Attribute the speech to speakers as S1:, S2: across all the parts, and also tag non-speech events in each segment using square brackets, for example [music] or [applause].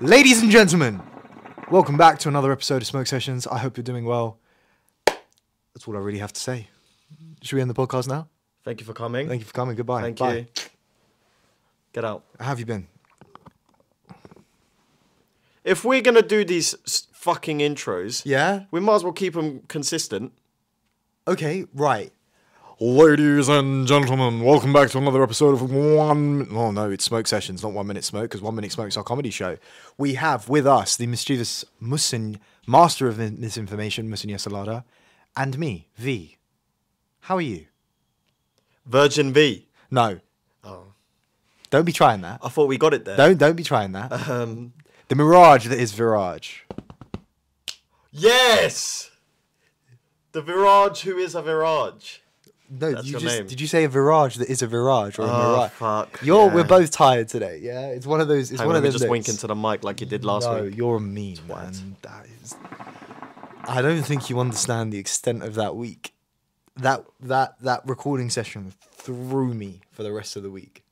S1: Ladies and gentlemen, welcome back to another episode of Smoke Sessions. I hope you're doing well. That's all I really have to say. Should we end the podcast now?
S2: Thank you for coming.
S1: Thank you for coming. Goodbye.
S2: Thank
S1: Bye.
S2: you. Get out.
S1: How have you been?
S2: If we're gonna do these s- fucking intros,
S1: Yeah?
S2: we might as well keep them consistent.
S1: Okay, right. Ladies and gentlemen, welcome back to another episode of One. Oh no, it's Smoke Sessions, not One Minute Smoke, because One Minute Smoke's our comedy show. We have with us the mischievous Musin, master of min- misinformation, Musin Yasalada, and me, V. How are you?
S2: Virgin V.
S1: No.
S2: Oh.
S1: Don't be trying that.
S2: I thought we got it there.
S1: Don't don't be trying that.
S2: Um,
S1: The mirage that is Virage.
S2: yes. The Virage, who is a Virage?
S1: No,
S2: That's
S1: you
S2: your
S1: just
S2: name.
S1: did you say a Virage that is a Virage or a
S2: Oh,
S1: Mirage?
S2: fuck,
S1: You're
S2: yeah.
S1: we're both tired today. Yeah, it's one of those. It's
S2: Hang
S1: one
S2: on,
S1: of
S2: let me
S1: those.
S2: just wink into the mic like you did last
S1: no,
S2: week.
S1: you're a mean one. That is. I don't think you understand the extent of that week. That that that recording session threw me for the rest of the week.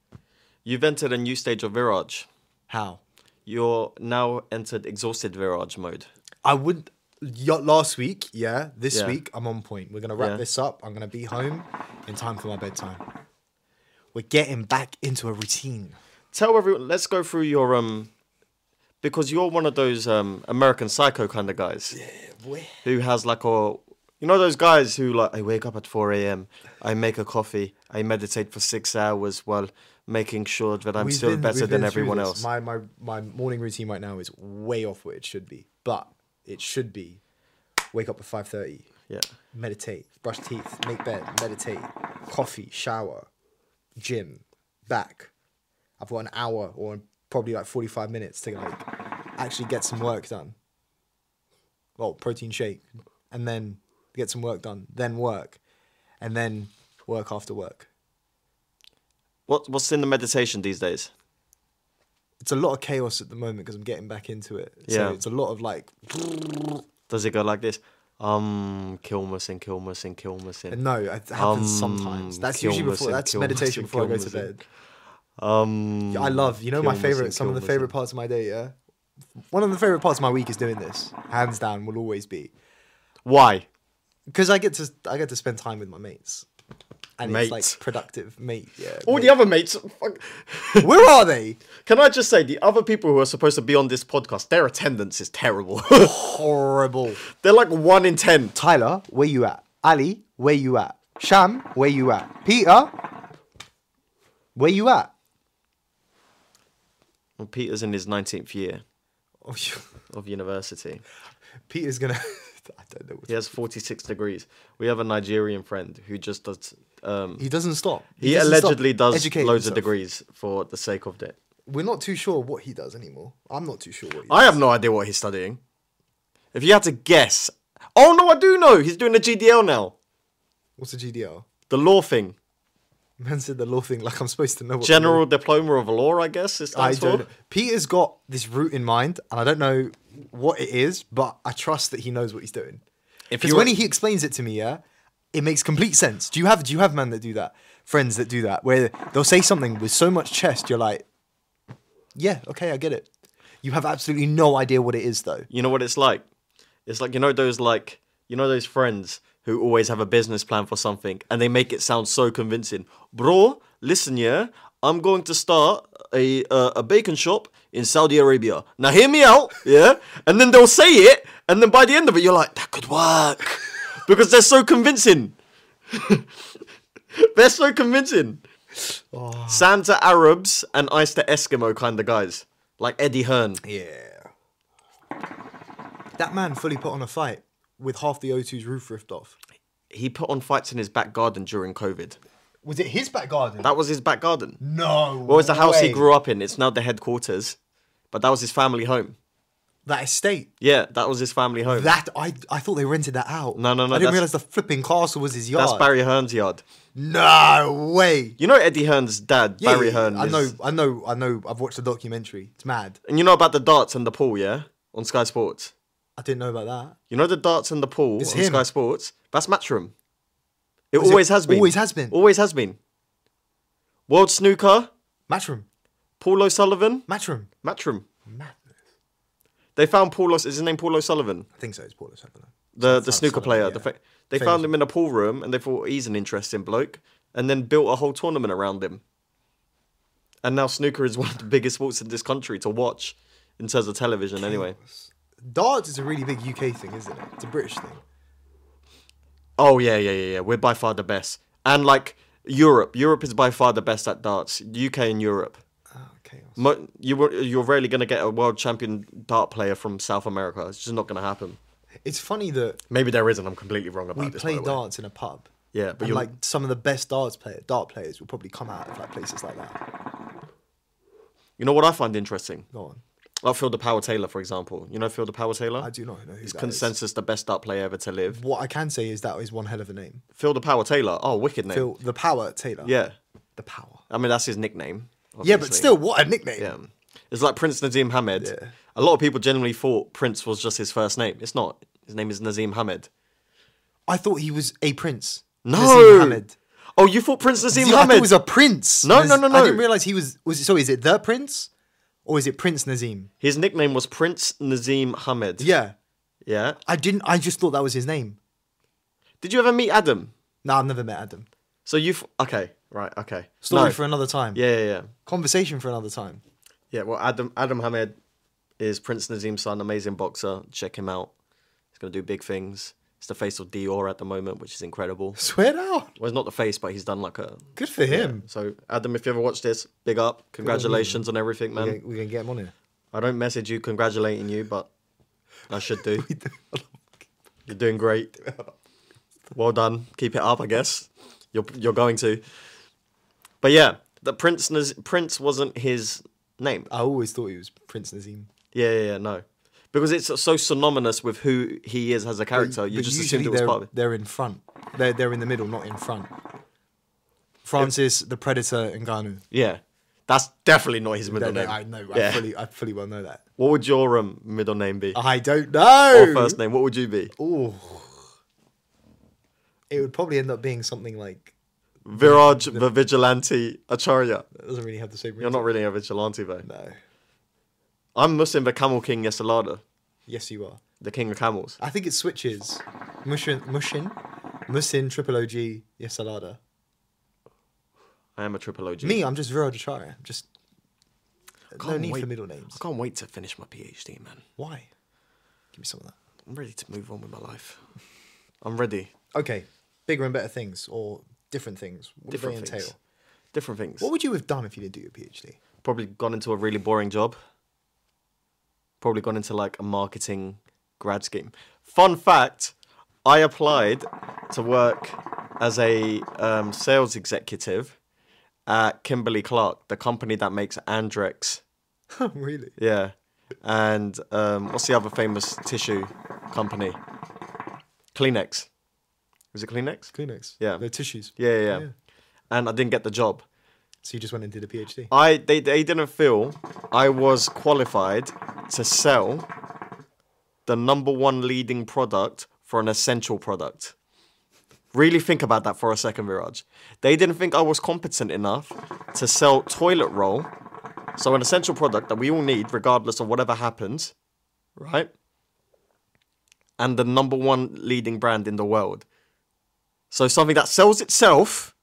S2: You've entered a new stage of Virage.
S1: How?
S2: You're now entered exhausted Virage mode.
S1: I would y- last week. Yeah, this
S2: Yeah.
S1: week I'm on point. We're gonna wrap
S2: Yeah.
S1: this up. I'm gonna be home in time for my bedtime. We're getting back into a routine.
S2: Tell everyone. Let's go through your um, because you're one of those um American Psycho kind of guys. who has like a you know those guys who like I wake up at 4 a.m. I make a coffee. I meditate for six hours while making sure that I'm
S1: We've
S2: still
S1: been-
S2: better
S1: we've
S2: than
S1: been through
S2: everyone
S1: this.
S2: else.
S1: My, my my morning routine right now is way off where it should be, but it should be wake up at five thirty,
S2: yeah,
S1: meditate, brush teeth, make bed, meditate, coffee, shower, gym, back. I've got an hour or probably like forty five minutes to like actually get some work done. Well, protein shake, and then get some work done, then work, and then work after work.
S2: what what's in the meditation these days?
S1: it's a lot of chaos at the moment because I'm getting back into it.
S2: Yeah.
S1: So it's a lot of like,
S2: Does it go like this? Um, Kilmerson, Kilmerson, Kilmerson.
S1: no, it happens sometimes.
S2: Um,
S1: That's usually before.
S2: Kilmerson,
S1: That's
S2: Kilmerson,
S1: meditation before I go to
S2: Kilmerson.
S1: bed.
S2: Um,
S1: Yeah,
S2: Mm.
S1: I love. You know my
S2: Kilmerson,
S1: favorite. Some of the
S2: Kilmerson.
S1: favorite parts of my day. Yeah. One of the favorite parts of my week is doing this. Hands down, will always be
S2: Why?
S1: because I get to I get to spend time with my mates, and it's
S2: Mates.
S1: like productive mate. Yeah.
S2: All
S1: mate.
S2: the other mates. fuck.
S1: Where are they?
S2: Can I just say the other people who are supposed to be on this podcast, their attendance is terrible. [laughs]
S1: Horrible.
S2: They're like one in ten.
S1: Tyler, where you at? Ali, where you at? Sham, where you at? Peter, where you at?
S2: Well, Peter's in his nineteenth year
S1: Oh, [laughs] you.
S2: of university.
S1: Peter's gonna. [laughs] I don't know. What
S2: He has 46 degrees. We have a Nigerian friend who just does. Um,
S1: He doesn't stop.
S2: he
S1: doesn't stop
S2: allegedly does
S1: educating
S2: loads of
S1: himself.
S2: degrees for the sake of it.
S1: We're not too sure what he does anymore. I'm not too sure what he does.
S2: I have no idea what he's studying. If you had to guess, oh no, I do know. He's doing a GDL now,
S1: What's a GDL?
S2: the law thing,
S1: Man said the law thing like I'm supposed to know. What the
S2: General Diploma of Law, I guess. It
S1: law- I
S2: stands
S1: don't.
S2: for.
S1: know. Peter's got this route in mind, and I don't know what it is, but I trust that he knows what he's doing.
S2: If
S1: Because
S2: you
S1: when
S2: were-
S1: he explains it to me, yeah, it makes complete sense. Do you have Do you have men that do that? Friends that do that, where they'll say something with so much chest, you're like, yeah, okay, I get it. You have absolutely no idea what it is, though.
S2: You know what it's like? It's like you know those like you know those friends who always have a business plan for something and they make it sound so convincing. Bro, listen, yeah, I'm going to start a uh, a bacon shop in Saudi Arabia. Now hear me out, yeah? And then they'll say it, and then by the end of it, you're like, that could work, [laughs] because they're so convincing. [laughs] they're so convincing. Sand to Arabs and ice to Eskimo kind of guys, like Eddie Hearn.
S1: Yeah. That man fully put on a fight with half the O2's roof ripped off.
S2: he put on fights in his back garden during COVID.
S1: Was it his back garden?
S2: That was his back garden.
S1: no.
S2: What was the house he grew up in? It's now the headquarters, but that was his family home.
S1: That estate.
S2: Yeah, that was his family home.
S1: That I I thought they rented that out.
S2: Oh. No, no, no,
S1: I didn't
S2: that's-
S1: realize the flipping castle was his yard.
S2: That's Barry Hearn's yard.
S1: no way.
S2: You know Eddie Hearn's dad,
S1: Yeah,
S2: Barry
S1: yeah,
S2: Hearn.
S1: I
S2: is-
S1: know. I know. I know. I've watched the documentary. It's mad.
S2: And you know about the darts and the pool, yeah, on Sky Sports.
S1: I didn't know about that.
S2: You know the darts and the pool
S1: It's
S2: on
S1: him.
S2: Sky Sports. That's Matchroom. It
S1: Was it-
S2: always has been.
S1: always has been?
S2: Always has been. World snooker,
S1: Matchroom.
S2: Paul O'Sullivan,
S1: Matchroom.
S2: Matchroom.
S1: Madness.
S2: They found Paul. O'S- Is his name Paul O'Sullivan?
S1: I think so. It's Paul or something.
S2: the
S1: Some-
S2: the
S1: some
S2: snooker
S1: sort of-
S2: player.
S1: yeah.
S2: The fa- they
S1: Famous
S2: found him in a pool room and they thought he's an interesting bloke, and then built a whole tournament around him. And now snooker is [laughs] one of the biggest sports in this country to watch, in terms of television. Anyway,
S1: Darts is a really big UK thing, isn't it? It's a British thing.
S2: oh yeah, yeah, yeah, yeah. We're by far the best, and like Europe, Europe is by far the best at darts. UK and Europe,
S1: Oh, okay. I was-
S2: Mo- you were, you're rarely gonna get a world champion dart player from South America. It's just not gonna happen.
S1: It's funny that
S2: Maybe there isn't. I'm completely wrong about
S1: we
S2: this.
S1: play
S2: by the way.
S1: darts in a pub.
S2: Yeah, but
S1: and
S2: you're
S1: like some of the best darts player, dart players will probably come out of like places like that.
S2: You know what I find interesting?
S1: Go on.
S2: Like Phil the Power Taylor, for example. You know Phil the Power Taylor?
S1: I do not know who that is.
S2: consensus the best dart player ever to live.
S1: What I can say is that is one hell of a name.
S2: Phil the Power Taylor. Oh, wicked name.
S1: Phil, the power Taylor.
S2: Yeah.
S1: the power.
S2: I mean, that's his nickname.
S1: Yeah, but
S2: obviously.
S1: still, what a nickname.
S2: Yeah. It's like Prince Nazim Hamed. A lot of people generally thought Prince was just his first name. It's not. His name is Nazim Hamed.
S1: I thought he was a prince.
S2: No.
S1: Nazim Hamed.
S2: Oh, you thought Prince Nazim
S1: See, I thought
S2: Hamed
S1: it was a prince.
S2: No, no, no,
S1: I
S2: no.
S1: didn't realize he was. Was it, so? Is it the prince, or is it Prince Nazim?
S2: His nickname was Prince Nazim Hamed.
S1: Yeah,
S2: Yeah.
S1: I didn't. I just thought that was his name.
S2: Did you ever meet Adam?
S1: No, I've never met Adam.
S2: So you. have Okay. Right. Okay.
S1: Story
S2: No.
S1: for another time.
S2: Yeah. Yeah. Yeah.
S1: Conversation for another time.
S2: Yeah, well, Adam Adam Hamed is Prince Nazim's son, amazing boxer. Check him out. He's going to do big things. He's the face of Dior at the moment, which is incredible.
S1: Swear down.
S2: Well, he's not the face, but he's done like a.
S1: Good for him.
S2: So, Adam, if you ever watch this, big up. Congratulations on everything, man.
S1: We're gonna, we're gonna get him on here.
S2: I don't message you congratulating you, but I should [laughs] do. You're doing [laughs] great. Well done. Keep it up, I guess. You're you're going to. But yeah, the Prince Naz- Prince wasn't his name.
S1: I always thought he was Prince Nazim.
S2: Yeah, yeah, yeah, no. Because it's so synonymous with who he is as a character, you
S1: But
S2: just
S1: usually
S2: assumed it was
S1: they're,
S2: part of it.
S1: they're in front. They're they're in the middle, not in front. Francis, the Predator, and Ganu.
S2: Yeah. That's definitely not his middle name.
S1: I know.
S2: Yeah.
S1: I fully, I fully well know that.
S2: What would your um, middle name be?
S1: I don't know.
S2: Or first name? What would you be?
S1: Ooh. It would probably end up being something like
S2: Viraj the Vigilante Acharya.
S1: that doesn't really have the same.
S2: You're not really a vigilante, though.
S1: No.
S2: I'm Muslim the Camel King Yesalada,
S1: Yes, you are.
S2: the King of Camels.
S1: I think it switches. Mushin, Mushin, Musin, Triple OG, Yesalada.
S2: I am a triple OG.
S1: Me, I'm just Viraj Acharya. Just no
S2: Can't
S1: need for
S2: wait.
S1: middle
S2: I
S1: names.
S2: can't wait to finish my PhD, man.
S1: Why? Give me some of that.
S2: I'm ready to move on with my life. I'm ready.
S1: Okay, bigger and better things or different things. What
S2: Different
S1: do they
S2: things.
S1: entail?
S2: Different things.
S1: What would you have done if you didn't do your [laughs] PhD?
S2: probably gone into a really boring job. Probably gone into like a marketing grad scheme. Fun fact I applied to work as a um, sales executive at Kimberly Clark, the company that makes Andrex.
S1: really?
S2: Yeah. And um, what's the other famous tissue company? Kleenex. Was it Kleenex?
S1: Kleenex.
S2: Yeah.
S1: They're tissues.
S2: Yeah, yeah, yeah. And I didn't get the job.
S1: So you just went and did a PhD.
S2: I they, they didn't feel I was qualified to sell the number one leading product for an essential product. Really think about that for a second, Viraj. They didn't think I was competent enough to sell toilet roll, so an essential product that we all need regardless of whatever happens, right? And the number one leading brand in the world. So something that sells itself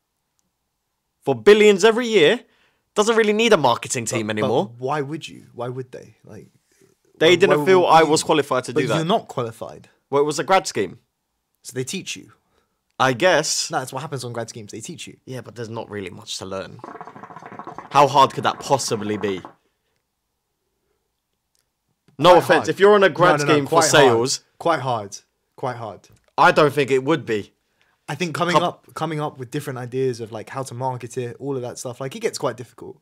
S2: for billions every year doesn't really need a marketing team
S1: But
S2: anymore.
S1: why would you? Why would they? Like
S2: They
S1: why-
S2: didn't
S1: why
S2: feel
S1: would
S2: I
S1: you?
S2: was qualified to
S1: But
S2: do
S1: you're
S2: that.
S1: not qualified,
S2: well, it was a grad scheme,
S1: so they teach you.
S2: I guess.
S1: No, that's what happens on grad schemes. They teach you.
S2: Yeah, but there's not really much to learn. How hard could that possibly be? No offense,
S1: Hard.
S2: if you're on a
S1: No,
S2: grad
S1: no, no,
S2: scheme for
S1: quite hard.
S2: sales,
S1: quite hard, quite hard.
S2: I don't think it would be.
S1: I think coming up, coming up with different ideas of like how to market it, all of that stuff. Like it gets quite difficult.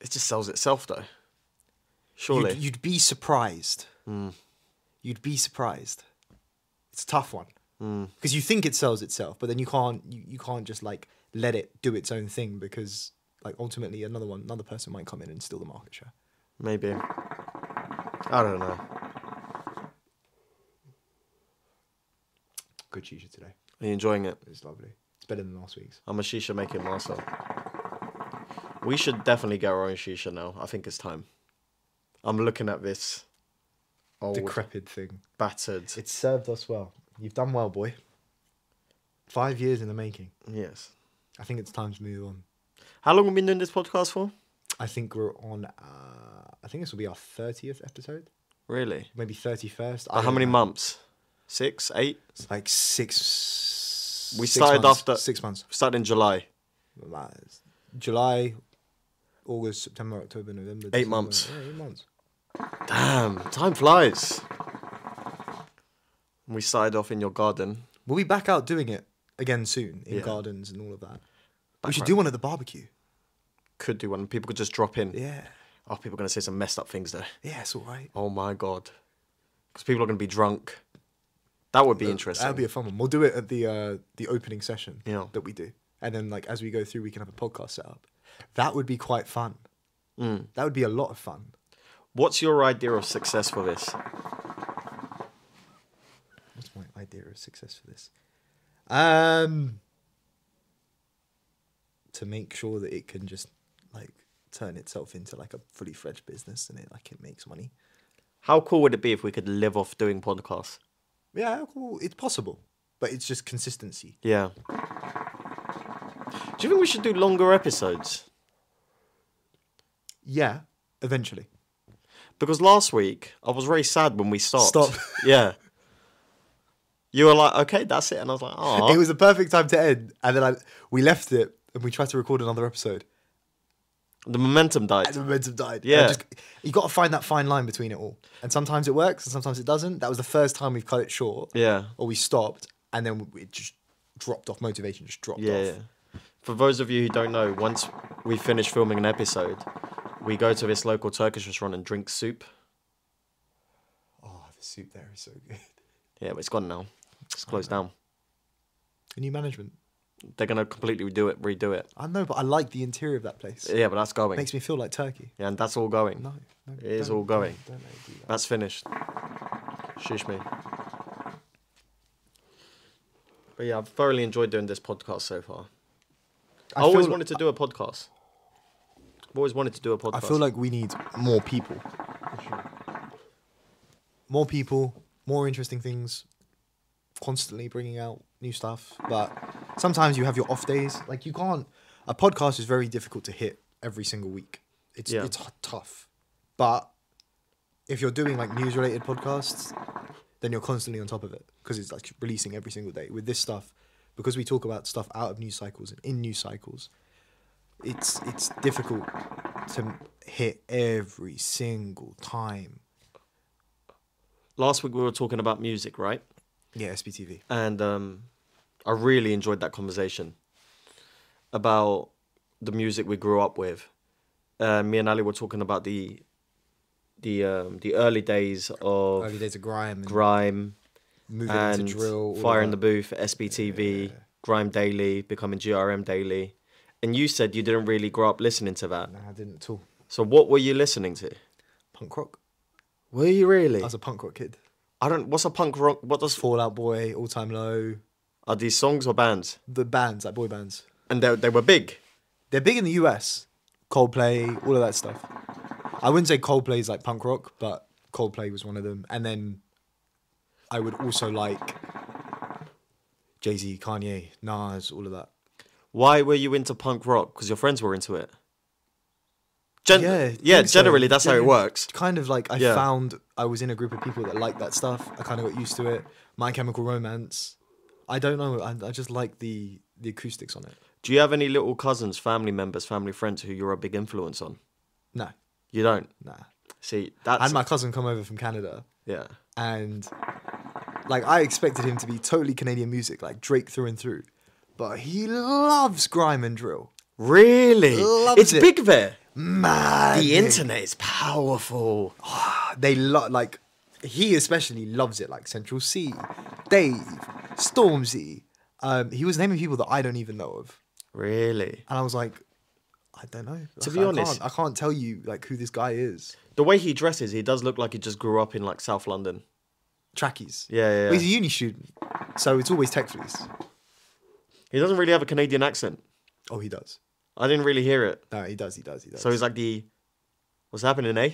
S2: It just sells itself, though. Surely.
S1: You'd, you'd be surprised. Mm. You'd be surprised. It's a tough one because you think it sells itself, but then you can't. You, you can't just like let it do its own thing because like ultimately another one, another person might come in and steal the market share.
S2: Maybe. I don't know.
S1: Good shisha today.
S2: Are you enjoying it?
S1: It's lovely. It's better than last week's.
S2: I'm a shisha making master. We should definitely get our own shisha now. I think it's time. I'm looking at this old,
S1: decrepit thing.
S2: battered.
S1: It's served us well. You've done well, boy. Five years in the making.
S2: Yes.
S1: I think it's time to move on.
S2: How long have we been doing this podcast for?
S1: I think we're on. Uh, I think this will be our thirtieth episode,
S2: Really?
S1: maybe thirty first.
S2: By how many months? Six, eight?
S1: Like six.
S2: We
S1: six
S2: started
S1: months,
S2: after-
S1: six months.
S2: Started in July.
S1: Like, July, August, September, October, November.
S2: Eight
S1: December.
S2: months.
S1: Yeah, eight months.
S2: Damn, time flies. We started off in your garden.
S1: We'll be back out doing it again soon in
S2: Yeah.
S1: gardens and all of that. we should do one at the barbecue.
S2: Could do one. People could just drop in.
S1: Yeah.
S2: Oh, people are going to say some messed up things there.
S1: Yeah, it's all right.
S2: Oh my God. Because people are going to be drunk. That would be
S1: Uh,
S2: interesting.
S1: That'll be a fun one. We'll do it at the uh, the opening session
S2: Yeah.
S1: that we do, and then like as we go through, we can have a podcast set up. That would be quite fun.
S2: Mm.
S1: That would be a lot of fun.
S2: What's your idea of success for this?
S1: What's my idea of success for this? Um, to make sure that it can just like turn itself into like a fully fledged business and it like it makes money.
S2: How cool would it be if we could live off doing podcasts?
S1: Yeah, cool. It's possible, but it's just consistency.
S2: Yeah. Do you think we should do longer episodes?
S1: Yeah, eventually.
S2: Because last week I was very sad when we stopped.
S1: Stop.
S2: [laughs] Yeah. You were like, okay, that's it, and I was like, oh,
S1: [laughs] It was the perfect time to end, and then I, we left it and we tried to record another episode,
S2: the momentum
S1: and
S2: died.
S1: the momentum died. And I
S2: Yeah.
S1: just- you got to find that fine line between it all, and sometimes it works and sometimes it doesn't. That was the first time we've cut it short.
S2: Yeah.
S1: or we stopped and then we- it just dropped off motivation just dropped
S2: Yeah,
S1: off
S2: yeah. For those of you who don't know, once we finish filming an episode, we go to this local Turkish restaurant and drink soup.
S1: oh the soup there is so good [laughs]
S2: Yeah, but it's gone now. It's
S1: Oh,
S2: closed down.
S1: a new management
S2: They're gonna completely redo it, redo it.
S1: i know but i like the interior of that place
S2: Yeah, but that's going.
S1: makes me feel like turkey
S2: Yeah, and that's all going.
S1: no, no
S2: It is
S1: don't-
S2: all going.
S1: don't let it do that.
S2: That's finished. Shush me. But yeah, I've thoroughly enjoyed doing this podcast so far. I,
S1: I
S2: always
S1: feel-
S2: wanted to do a podcast. I've always wanted to do a podcast.
S1: i feel like we need more people more people more interesting things constantly bringing out new stuff but sometimes you have your off days like you can't a podcast is very difficult to hit every single week it's
S2: Yeah.
S1: it's h- tough but if you're doing like news related podcasts then you're constantly on top of it because it's like releasing every single day with this stuff because we talk about stuff out of news cycles and in news cycles it's it's difficult to hit every single time
S2: last week we were talking about music, right?
S1: yeah sbtv
S2: And um, I really enjoyed that conversation about the music we grew up with. Uh, me and Ali were talking about the the um, the early days of
S1: early days of grime and
S2: grime,
S1: moving
S2: and
S1: into drill all of
S2: Fire in the
S1: that.
S2: Booth, SBTV, Grime Daily, becoming GRM Daily. And you said you didn't really grow up listening to that.
S1: no i didn't at all
S2: So what were you listening to?
S1: punk rock
S2: Were you really?
S1: i was a punk rock kid
S2: I don't. What's a punk rock? What does?
S1: fallout boy all time low
S2: Are these songs or bands?
S1: the bands like boy bands
S2: And they they were big.
S1: they're big in the US. Coldplay, all of that stuff. I wouldn't say Coldplay is like punk rock, but Coldplay was one of them. And then I would also like Jay Z, Kanye, Nas, all of that.
S2: Why were you into punk rock? Because your friends were into it. Gen-
S1: Yeah, I
S2: yeah,
S1: think so.
S2: Generally, that's how it
S1: Generally.
S2: works.
S1: Kind of like I
S2: Yeah.
S1: found I was in a group of people that liked that stuff. I kind of got used to it. My Chemical Romance. I don't know. I, I just like the the acoustics on it.
S2: Do you have any little cousins, family members, family friends who you're a big influence on?
S1: No,
S2: You don't.
S1: nah.
S2: See, that's
S1: And my cousin come over from Canada.
S2: yeah.
S1: and like I expected him to be totally Canadian music, like Drake through and through. But he loves grime and drill.
S2: Really?
S1: Loves
S2: it's
S1: it.
S2: big there.
S1: Man,
S2: The internet is powerful.
S1: [sighs] they love like he especially loves it, like Central C, Dave, Stormzy. Um, he was naming people that I don't even know of,
S2: Really?
S1: and I was like, I don't know.
S2: To
S1: Like,
S2: be
S1: I
S2: honest-
S1: can't- I can't tell you like who this guy is.
S2: The way he dresses, he does look like he just grew up in like South London.
S1: Trackies.
S2: Yeah, yeah,
S1: But he's a
S2: yeah.
S1: uni student, so it's always tech fleece.
S2: He doesn't really have a Canadian accent.
S1: Oh, he does.
S2: I didn't really hear it.
S1: No, he does. He does. He does.
S2: So he's like the what's happening, eh?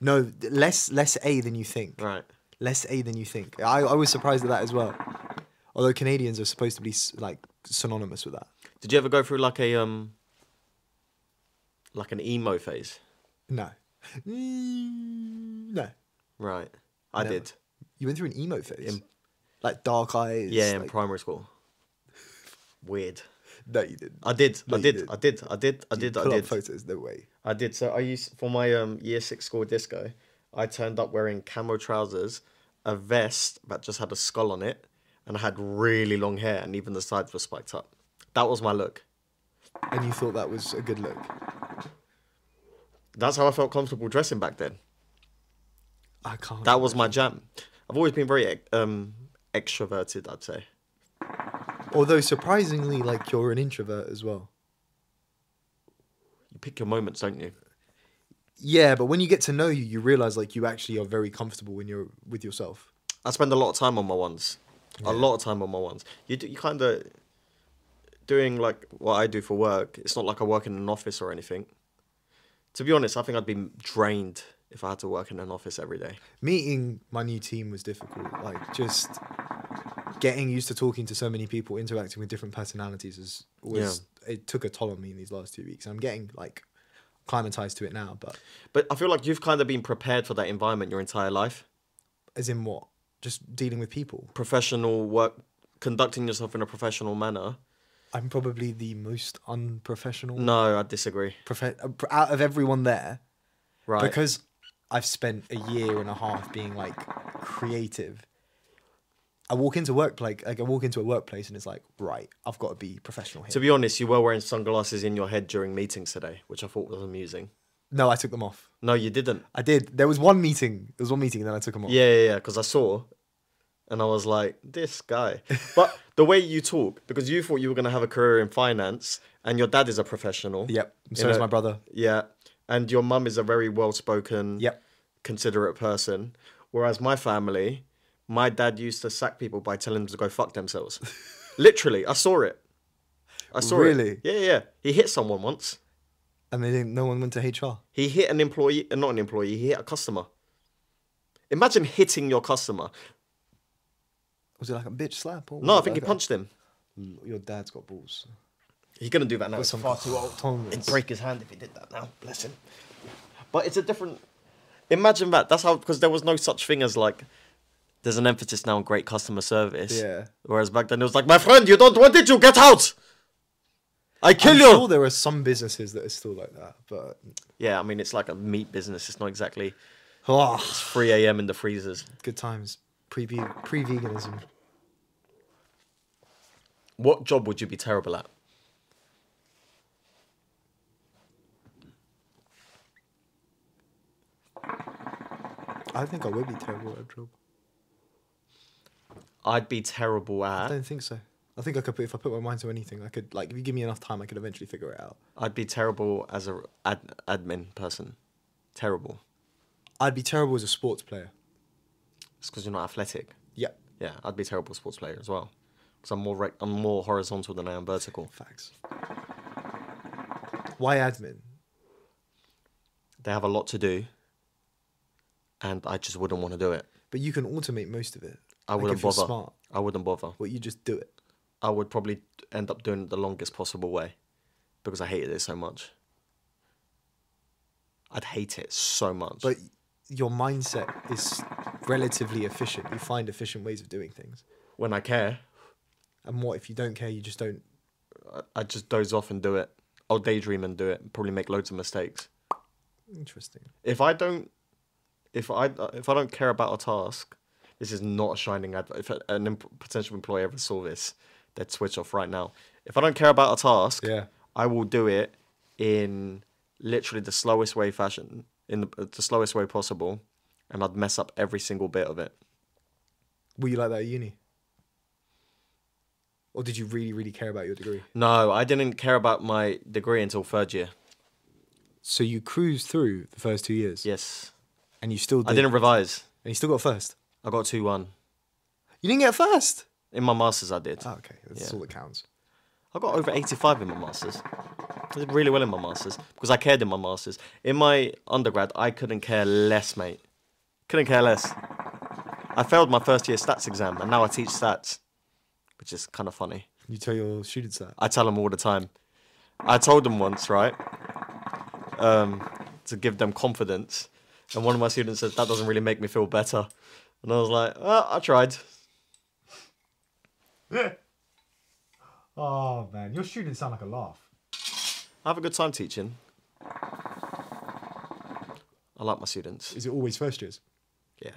S1: No, th- less less A than you think.
S2: Right.
S1: Less A than you think. I, I was surprised at that as well. Although Canadians are supposed to be s- like synonymous with that.
S2: Did you ever go through like a um like an emo phase?
S1: No. Mm, no.
S2: Right. I
S1: Never.
S2: did.
S1: You went through an emo phase.
S2: In-
S1: like dark eyes.
S2: Yeah, in
S1: like-
S2: primary school. Weird.
S1: no, you didn't.
S2: I did.
S1: No,
S2: I
S1: you
S2: did.
S1: didn't.
S2: I did. I did. I did. I
S1: Pull up
S2: did.
S1: photos. No way.
S2: I did. So I used for my um year six school disco. I turned up wearing camo trousers, a vest that just had a skull on it, and I had really long hair, and even the sides were spiked up. That was my look.
S1: And you thought that was a good look.
S2: That's how I felt comfortable dressing back then.
S1: I can't.
S2: That was my jam. I've always been very um extroverted. I'd say.
S1: Although surprisingly, like you're an introvert as well.
S2: You pick your moments, don't you?
S1: Yeah, but when you get to know you, you realize like you actually are very comfortable when you're with yourself.
S2: I spend a lot of time on my ones. A lot of time on my ones. You do, you kind of doing like what I do for work. It's not like I work in an office or anything. To be honest, I think I'd be drained if I had to work in an office every day.
S1: Meeting my new team was difficult. Like just getting used to talking to so many people, interacting with different personalities is was it took a toll on me in these last two weeks. I'm getting like climatized to it now, but
S2: But I feel like you've kind of been prepared for that environment your entire life.
S1: as in what? Just dealing with people.
S2: Professional work, conducting yourself in a professional manner.
S1: I'm probably the most unprofessional.
S2: No, I disagree.
S1: profe- uh, pr- out of everyone there
S2: Right.
S1: because I've spent a year and a half being like creative. I walk into work like like I walk into a workplace and it's like right, I've got to be professional here.
S2: to be honest, you were wearing sunglasses in your head during meetings today, which I thought was amusing.
S1: no, I took them off.
S2: No, you didn't.
S1: I did. There was one meeting. There was one meeting and then I took them off.
S2: Yeah, yeah, yeah. Because I saw, and I was like, this
S1: [laughs]
S2: guy. But the way you talk, because you thought you were gonna have a career in finance, and your dad is a professional.
S1: Yep.
S2: You
S1: So is
S2: know,
S1: my brother.
S2: Yeah, and your mum is a very well-spoken,
S1: Yep.
S2: considerate person. Whereas my family, my dad used to sack people by telling them to go fuck
S1: [laughs]
S2: themselves. Literally, I saw it. I saw
S1: Really?
S2: it. Yeah, yeah, yeah. He hit someone once.
S1: And they didn't. No one went to HR.
S2: He hit an employee, uh, not an employee, he hit a customer. Imagine hitting your customer.
S1: Was it like a bitch slap? Or
S2: No, I
S1: was it
S2: think he
S1: like a-
S2: punched him.
S1: Mm, Your dad's got balls.
S2: He's gonna do that now. He's
S1: some
S2: far too old.
S1: tolerance.
S2: It'd break his hand if he did that now. Bless him. But it's a different. Imagine that. That's how because there was no such thing as like. There's an emphasis now on great customer service.
S1: Yeah.
S2: Whereas back then it was like, my friend, you don't want it, you get out. I kill
S1: I'm
S2: you.
S1: sure there are some businesses that are still like that, but
S2: Yeah, I mean it's like a meat business. It's not exactly
S1: Ah,
S2: 3 a.m. in the freezers.
S1: good times. Pre pre veganism.
S2: What job would you be terrible at?
S1: I think I would be terrible at a job.
S2: I'd be terrible
S1: I
S2: at.
S1: don't think so. I think I could put if I put my mind to anything, I could like if you give me enough time, I could eventually figure it out.
S2: I'd be terrible as a ad- admin person. Terrible.
S1: I'd be terrible as a sports player.
S2: It's because you're not athletic.
S1: Yep.
S2: Yeah, I'd be a terrible sports player as well. Because I'm more rec- I'm more horizontal than I am vertical.
S1: Facts. Why admin?
S2: They have a lot to do, and I just wouldn't want to do it.
S1: But you can automate most of it.
S2: I
S1: Like,
S2: wouldn't
S1: if you're
S2: bother.
S1: Smart.
S2: I wouldn't bother.
S1: Well, you just do it.
S2: I would probably end up doing it the longest possible way, because I hated it so much. I'd hate it so much.
S1: But your mindset is relatively efficient. You find efficient ways of doing things.
S2: when I care,
S1: And what if you don't care? You just don't.
S2: I- I'd just doze off and do it. I'll daydream and do it. Probably make loads of mistakes.
S1: Interesting.
S2: if I don't, if I if I don't care about a task, this is not a shining advert. If an imp- potential employer ever saw this, they'd switch off right now. If I don't care about a task,
S1: Yeah.
S2: I will do it in literally the slowest way fashion, in the, the slowest way possible, and I'd mess up every single bit of it.
S1: Were you like that at uni? Or did you really, really care about your degree?
S2: No, I didn't care about my degree until third year.
S1: So you cruised through the first two years,
S2: Yes,
S1: and you still did,
S2: I didn't revise.
S1: and you still got first.
S2: I got two one
S1: You didn't get first.
S2: in my masters. I did.
S1: Oh, okay, that's
S2: Yeah.
S1: all that counts.
S2: I got over 85 in my masters. I did really well in my masters because I cared in my masters. In my undergrad, I couldn't care less, mate. Couldn't care less. I failed my first year stats exam, and now I teach stats, which is kind of funny.
S1: You tell your students that.
S2: I tell them all the time. I told them once, right, um, to give them confidence, and one of my students said that doesn't really make me feel better, and I was like, well, I tried.
S1: [laughs] Oh man, your students sound like a laugh.
S2: I have a good time teaching. I like my students.
S1: Is it always first years?
S2: Yeah,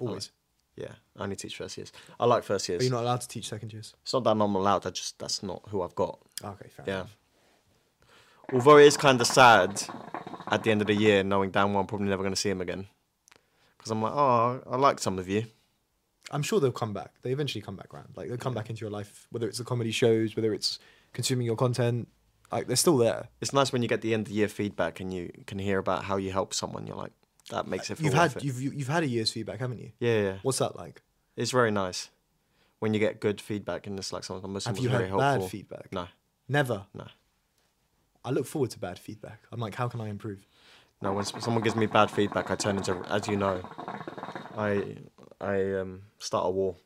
S1: Always.
S2: yeah. I only teach first years. I like first
S1: But
S2: years.
S1: you're not allowed to teach second years.
S2: it's not that I'm not allowed. I just that's not who I've got.
S1: Okay, fair.
S2: Yeah. Although it is kind of sad at the end of the year knowing damn well I'm probably never going to see him again. Because I'm like, oh, I like some of you.
S1: I'm sure they'll come back. They eventually come back round. Like they'll come back into your life, whether it's the comedy shows, whether it's consuming your content. Like they're still there.
S2: It's nice when you get the end of year feedback and you can hear about how you help someone. You're like, that makes it feel
S1: You've
S2: worth
S1: had
S2: it.
S1: you've you- you've had a year's feedback, haven't you?
S2: Yeah, yeah, yeah.
S1: What's that like?
S2: It's very nice when you get good feedback and it's like someone's like,
S1: Have
S2: someone's
S1: you
S2: very
S1: had
S2: helpful.
S1: bad feedback?
S2: No,
S1: Never.
S2: no.
S1: I look forward to bad feedback. I'm like, how can I improve?
S2: No, when s- someone gives me bad feedback, I turn into, as you know, I, I um, start a war.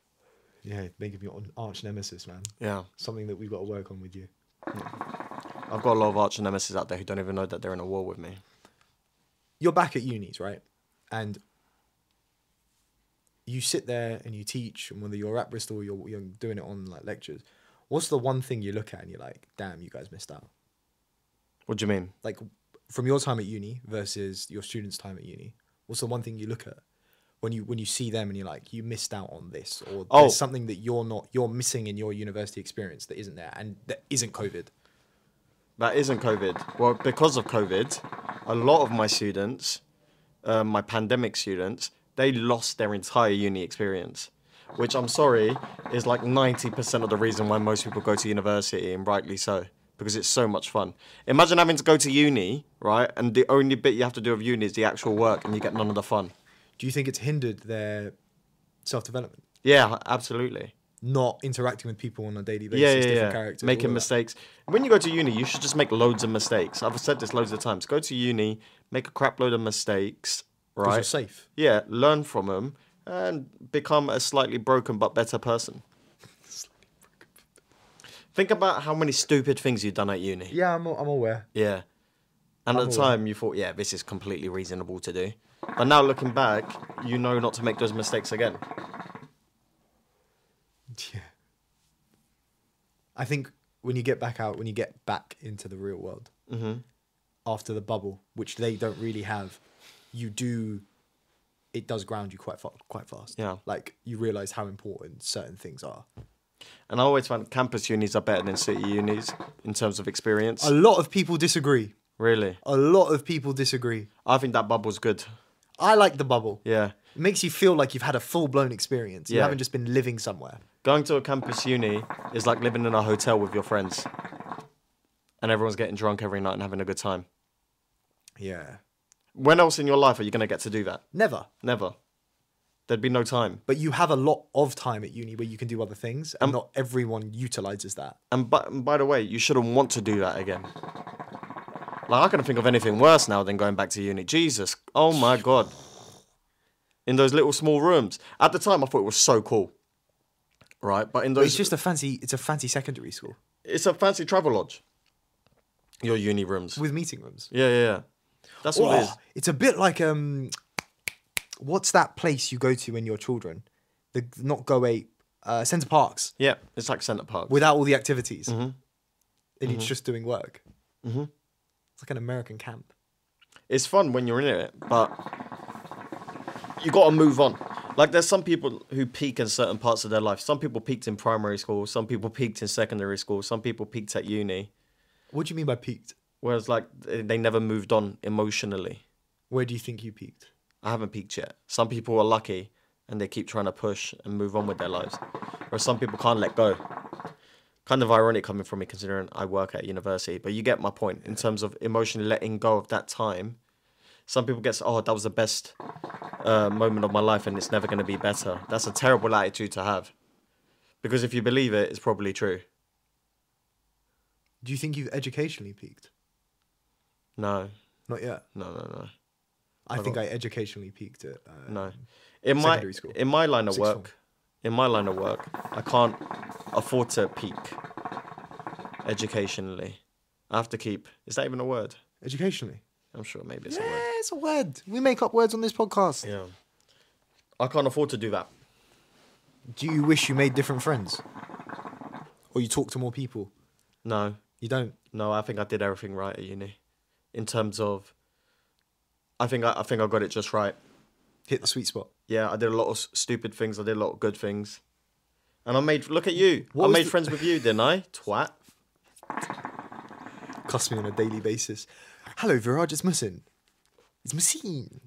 S1: Yeah, making me an arch nemesis, man.
S2: Yeah.
S1: Something that we've got to work on with you.
S2: I've got a lot of arch nemesis out there who don't even know that they're in a war with me.
S1: You're back at unis, right? And you sit there and you teach, and whether you're at Bristol or you're, you're doing it on like lectures, what's the one thing you look at and you're like, damn, you guys missed out?
S2: What do you mean?
S1: like from your time at uni versus your students' time at uni, what's the one thing you look at when you when you see them and you're like, you missed out on this, or
S2: Oh.
S1: there's something that you're not you're missing in your university experience that isn't there and that isn't COVID.
S2: That isn't COVID. Well, because of COVID, a lot of my students, um, my pandemic students, they lost their entire uni experience, which I'm sorry is like 90% of the reason why most people go to university, and rightly so, because it's so much fun. Imagine having to go to uni, right? And the only bit you have to do of uni is the actual work, and you get none of the fun.
S1: Do you think it's hindered their self development?
S2: Yeah, absolutely.
S1: Not interacting with people on a daily basis,
S2: yeah, yeah,
S1: different
S2: yeah.
S1: characters, all
S2: making
S1: of that.
S2: mistakes. When you go to uni, you should just make loads of mistakes. I've said this loads of times. Go to uni, make a crap load of mistakes,
S1: 'Cause
S2: right?
S1: You're safe.
S2: Yeah, learn from them and become a slightly broken but better person. Think about how many stupid things you've done at uni.
S1: Yeah, I'm I'm aware.
S2: Yeah. And at the time, you thought, yeah, this is completely reasonable to do. But now looking back, you know not to make those mistakes again.
S1: [laughs] Yeah. I think when you get back out, when you get back into the real world,
S2: Mm-hmm.
S1: after the bubble, which they don't really have, you do. It does ground you quite fa- quite fast.
S2: Yeah.
S1: Like you realize how important certain things are.
S2: And I always find campus unis are better than city unis in terms of experience.
S1: A lot of people disagree.
S2: Really?
S1: A lot of people disagree.
S2: I think that bubble's good.
S1: I like the bubble.
S2: Yeah.
S1: It makes you feel like you've had a full blown experience. You
S2: Yeah.
S1: haven't just been living somewhere.
S2: Going to a campus uni is like living in a hotel with your friends. And everyone's getting drunk every night and having a good time.
S1: Yeah.
S2: When else in your life are you going to get to do that?
S1: Never.
S2: Never. There'd be no time.
S1: But you have a lot of time at uni where you can do other things, and not everyone utilizes that.
S2: And by, and by the way, you shouldn't want to do that again. Like, I couldn't think of anything worse now than going back to uni. Jesus. Oh my God. In those little small rooms. At the time, I thought it was so cool. Right? But in those.
S1: It's just a fancy. It's a fancy secondary school
S2: it's a fancy travel lodge. Your uni rooms.
S1: with meeting rooms.
S2: Yeah, yeah, yeah. That's all it is.
S1: Oh, it's a bit like um, what's that place you go to when you're children? The not Go Ape, uh, Centre Parks
S2: Yeah, it's like Centre Park.
S1: without all the activities, and it's just doing work. Mm-hmm. It's like an American camp.
S2: it's fun when you're in it, but you got to move on. Like there's some people who peak in certain parts of their life. Some people peaked in primary school. Some people peaked in secondary school. Some people peaked at uni.
S1: What do you mean by peaked?
S2: Whereas like they they never moved on emotionally.
S1: Where do you think you peaked?
S2: I haven't peaked yet. Some people are lucky and they keep trying to push and move on with their lives. Or some people can't let go. Kind of ironic coming from me considering I work at university, but you get my point in terms of emotionally letting go of that time. Some people get, oh, that was the best uh, moment of my life and it's never going to be better. That's a terrible attitude to have. Because if you believe it, it's probably true.
S1: Do you think you've educationally peaked?
S2: No,
S1: Not yet.
S2: no, no, no.
S1: I think I educationally peaked it. Uh,
S2: No. In my
S1: Secondary school.
S2: in my line of
S1: Sixth
S2: work, in my line of work, I can't afford to peak educationally. I have to keep. Is that even a word?
S1: Educationally.
S2: I'm sure maybe it's
S1: Yeah,
S2: a word.
S1: Eh, it's a word. We make up words on this podcast.
S2: Yeah. I can't afford to do that.
S1: Do you wish you made different friends? Or you talk to more people?
S2: No.
S1: You don't.
S2: No, I think I did everything right at uni. In terms of I think I, I think I got it just right.
S1: Hit the sweet spot.
S2: Yeah, I did a lot of s- stupid things, I did a lot of good things. And I made look at you.
S1: What
S2: I
S1: was
S2: made
S1: the-
S2: friends with you,
S1: [laughs]
S2: didn't I? Twat.
S1: Cuss me on a daily basis. Hello, Viraj. It's Musin. It's Musin.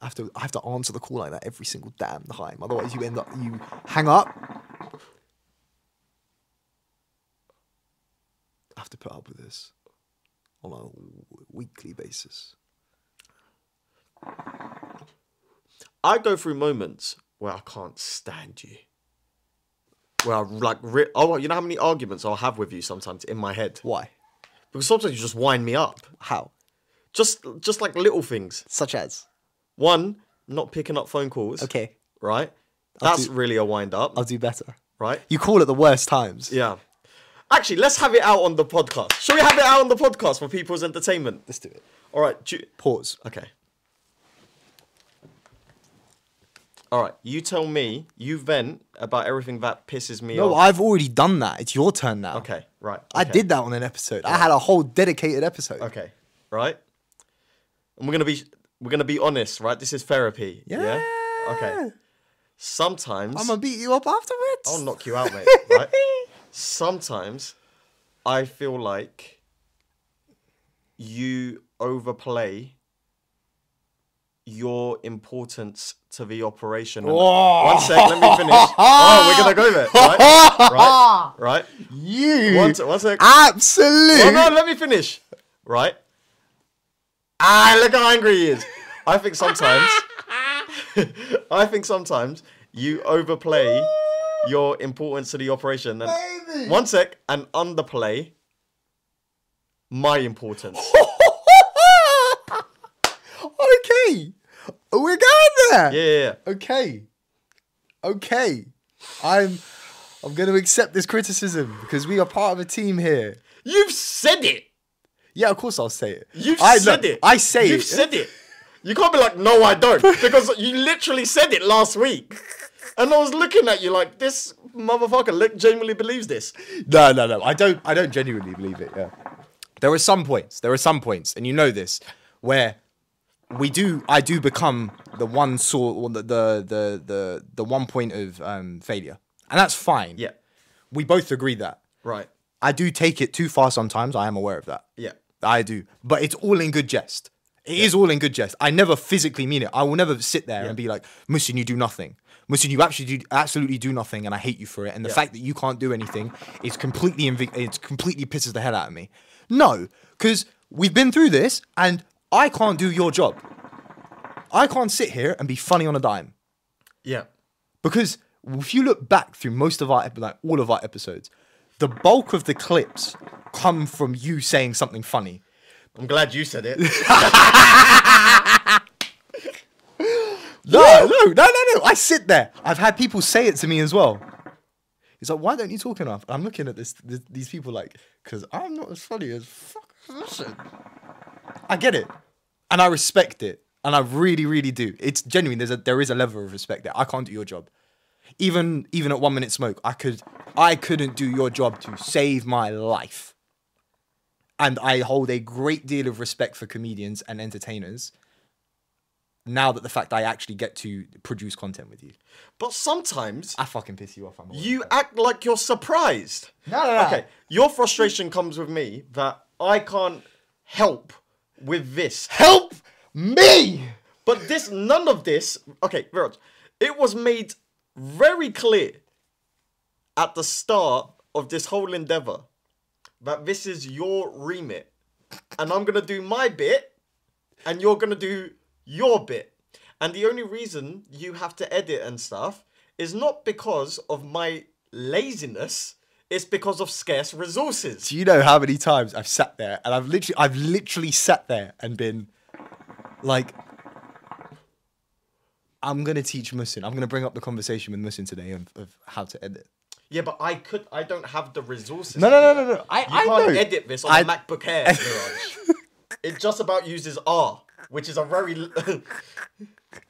S1: I have to. I have to answer the call like that every single damn time. Otherwise, you end up. You hang up. I have to put up with this on a w- weekly basis.
S2: I go through moments where I can't stand you. Where I like, ri- oh, you know how many arguments I'll have with you sometimes in my head
S1: Why?
S2: because sometimes you just wind me up,
S1: How?
S2: just just like little things.
S1: Such as?
S2: One, not picking up phone calls.
S1: Okay,
S2: right? That's
S1: do-
S2: really a wind up,
S1: I'll do better.
S2: right?
S1: You call at the worst times.
S2: Yeah. Actually, let's have it out on the podcast. Shall we have it out on the podcast for people's entertainment?
S1: Let's do it.
S2: All right. Do you-
S1: Pause.
S2: Okay. All right. You tell me. You vent about everything that pisses me
S1: No,
S2: off.
S1: I've already done that. It's your turn now.
S2: Okay, right.
S1: I
S2: okay,
S1: did that on an episode. I had a whole dedicated episode.
S2: Okay, right. And we're gonna be we're gonna be honest, right? This is therapy. Yeah.
S1: Yeah.
S2: Okay. Sometimes
S1: I'm gonna beat you up afterwards.
S2: I'll knock
S1: [laughs]
S2: you out, mate. right. Sometimes I feel like you overplay your importance to the operation.
S1: Oh,
S2: And- One sec, let me finish. Oh, we're gonna go there. Right. Right. right.
S1: You
S2: One, se- one sec.
S1: Oh. Ah. absolute.
S2: Well, no, let me finish. Right? Ah, look how angry he is. I think sometimes, [laughs] I think sometimes you overplay your importance to the operation. And
S1: Baby.
S2: one sec, and underplay
S1: [laughs]
S2: my importance.
S1: [laughs] okay, we're going there.
S2: Yeah, yeah, yeah.
S1: Okay, okay. I'm I'm gonna accept this criticism because we are part of a team here.
S2: You've said it.
S1: Yeah, of course I'll say it.
S2: You've
S1: I,
S2: said
S1: no,
S2: it.
S1: I say
S2: You've
S1: it.
S2: said it. You can't be like, no, I don't, because you literally said it last week. And I was looking at you like, this motherfucker li- genuinely believes this.
S1: [laughs] No, no, no. I don't. I don't genuinely believe it. Yeah. There are some points. There are some points, and you know this, where we do. I do become the one sort, the the the the, the one point of um, failure, and that's fine.
S2: Yeah.
S1: We both agree that.
S2: Right.
S1: I do take it too far sometimes. I am aware of that.
S2: Yeah.
S1: I do, but it's all in good jest. It is all in good jest. I never physically mean it. I will never sit there and be like, Musin, you do nothing. Musin, you actually do absolutely do nothing, and I hate you for it. And the fact that you can't do anything is completely invi- it's completely pisses the hell out of me. No, because we've been through this, and I can't do your job. I can't sit here and be funny on a dime.
S2: Yeah.
S1: Because if you look back through most of our ep- like all of our episodes, the bulk of the clips come from you saying something funny.
S2: I'm glad you said
S1: [laughs]
S2: it.
S1: No, no, no, no, no. I sit there. I've had people say it to me as well. It's like, why don't you talk enough? I'm looking at this, th these people like, because I'm not as funny as fuck. Listen. I get it, and I respect it, and I really, really do. It's genuine. There's a there is a level of respect there. I can't do your job, even even at one minute smoke. I could I couldn't do your job to save my life, and I hold a great deal of respect for comedians and entertainers now that the fact I actually get to produce content with you.
S2: but sometimes
S1: I fucking piss you off. I'm aware.
S2: you act like you're surprised.
S1: No, no, no.
S2: Okay. Your frustration comes with me that I can't help with this.
S1: help me.
S2: But this, none of this. Okay, Viraj, it was made very clear at the start of this whole endeavor that this is your remit, and I'm gonna do my bit, and you're gonna do your bit. And the only reason you have to edit and stuff is not because of my laziness. It's because of scarce resources.
S1: Do you know how many times I've sat there and I've literally I've literally sat there and been like I'm gonna teach Musin. I'm gonna bring up the conversation with Musin today of, of how to edit.
S2: Yeah, but I could. I don't have the resources.
S1: No
S2: to
S1: no
S2: do
S1: no no
S2: that.
S1: no. I,
S2: You
S1: I
S2: can't
S1: know.
S2: edit this on
S1: I-
S2: a
S1: [laughs]
S2: MacBook Air, Mirage. it just about uses R, which is a very. l-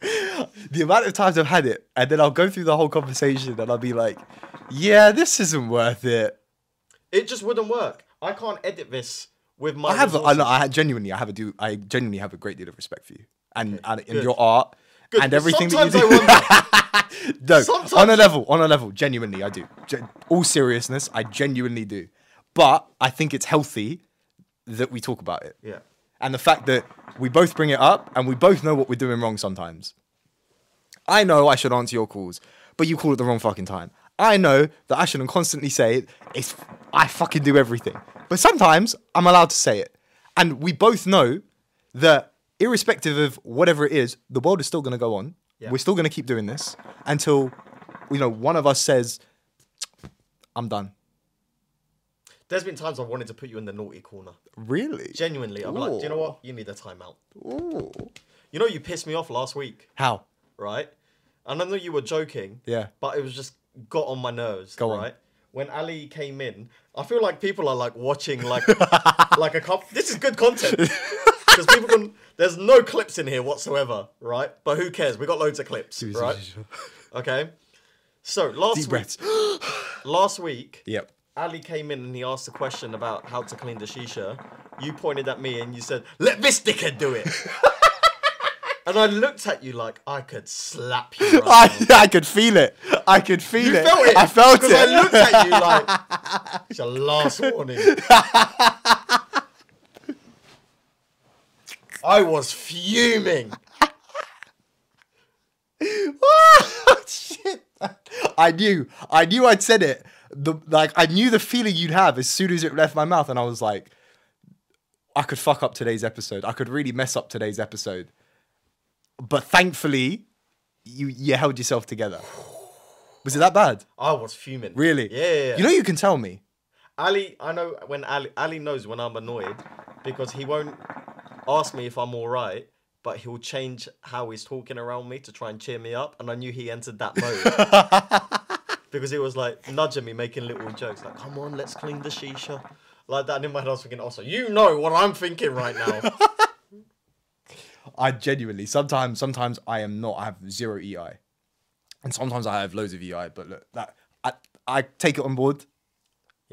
S2: [laughs]
S1: the amount of times I've had it, and then I'll go through the whole conversation and I'll be like, yeah, this isn't worth it.
S2: it just wouldn't work. I can't edit this with my.
S1: I have, I,
S2: resources.
S1: know, I ha- genuinely, I have a do, I genuinely have a great deal of respect for you and and, and
S2: good.
S1: your art and
S2: but
S1: everything
S2: sometimes
S1: that you do. [laughs] no,
S2: Sometimes-
S1: on a level, on a level, genuinely, I do. Gen- all seriousness, I genuinely do. But I think it's healthy that we talk about it.
S2: yeah.
S1: and the fact that we both bring it up and we both know what we're doing wrong sometimes. I know I should answer your calls, but you call at the wrong fucking time. I know that I shouldn't constantly say it. It's I fucking do everything, but sometimes I'm allowed to say it, and we both know that irrespective of whatever it is, the world is still going to go on.
S2: Yeah.
S1: We're still going to keep doing this until you know one of us says, "I'm done."
S2: There's been times I wanted to put you in the naughty corner.
S1: Really?
S2: Genuinely, I'm like, do you know what? You need a timeout.
S1: Ooh.
S2: You know, you pissed me off last week,
S1: How?
S2: right? And I know you were joking.
S1: Yeah.
S2: But it was just got on my nerves.
S1: Go on.
S2: right? When Ali came in, I feel like people are like
S1: [laughs]
S2: watching like like a cop. This is good content because people can. There's no clips in here whatsoever, right? But who cares? We got loads of clips, right? Okay. So last
S1: Deep
S2: week,
S1: [laughs] breaths. [gasps]
S2: last week,
S1: Yep.
S2: Ali came in and he asked a question about how to clean the shisha. You pointed at me and you said, "Let this dickhead
S1: [laughs]
S2: do it." and I looked at you like I could slap you. Right
S1: [laughs]
S2: now.
S1: I, I could feel it. I could feel
S2: You
S1: it.
S2: felt it.
S1: I felt it.
S2: Because
S1: [laughs]
S2: I looked at you like, it's your last warning. I was fuming.
S1: Ah, Shit. I knew. I knew I'd said it. The like I knew the feeling you'd have as soon as it left my mouth, and I was like, I could fuck up today's episode. I could really mess up today's episode. But thankfully, you you held yourself together. Was it that bad?
S2: I was fuming.
S1: Really?
S2: Yeah. yeah, yeah.
S1: You know you can tell me.
S2: Ali, I know when Ali, Ali knows when I'm annoyed because he won't ask me if I'm all right, but he'll change how he's talking around me to try and cheer me up. And I knew he entered that mode.
S1: [laughs]
S2: because he was like nudging me, making little jokes like, come on, let's clean the shisha. Like that. And in my head, I was thinking, also, you know what I'm thinking
S1: [laughs]
S2: right now.
S1: I genuinely sometimes sometimes I am not. I have zero EI, and sometimes I have loads of EI. But look, that I I take it on board,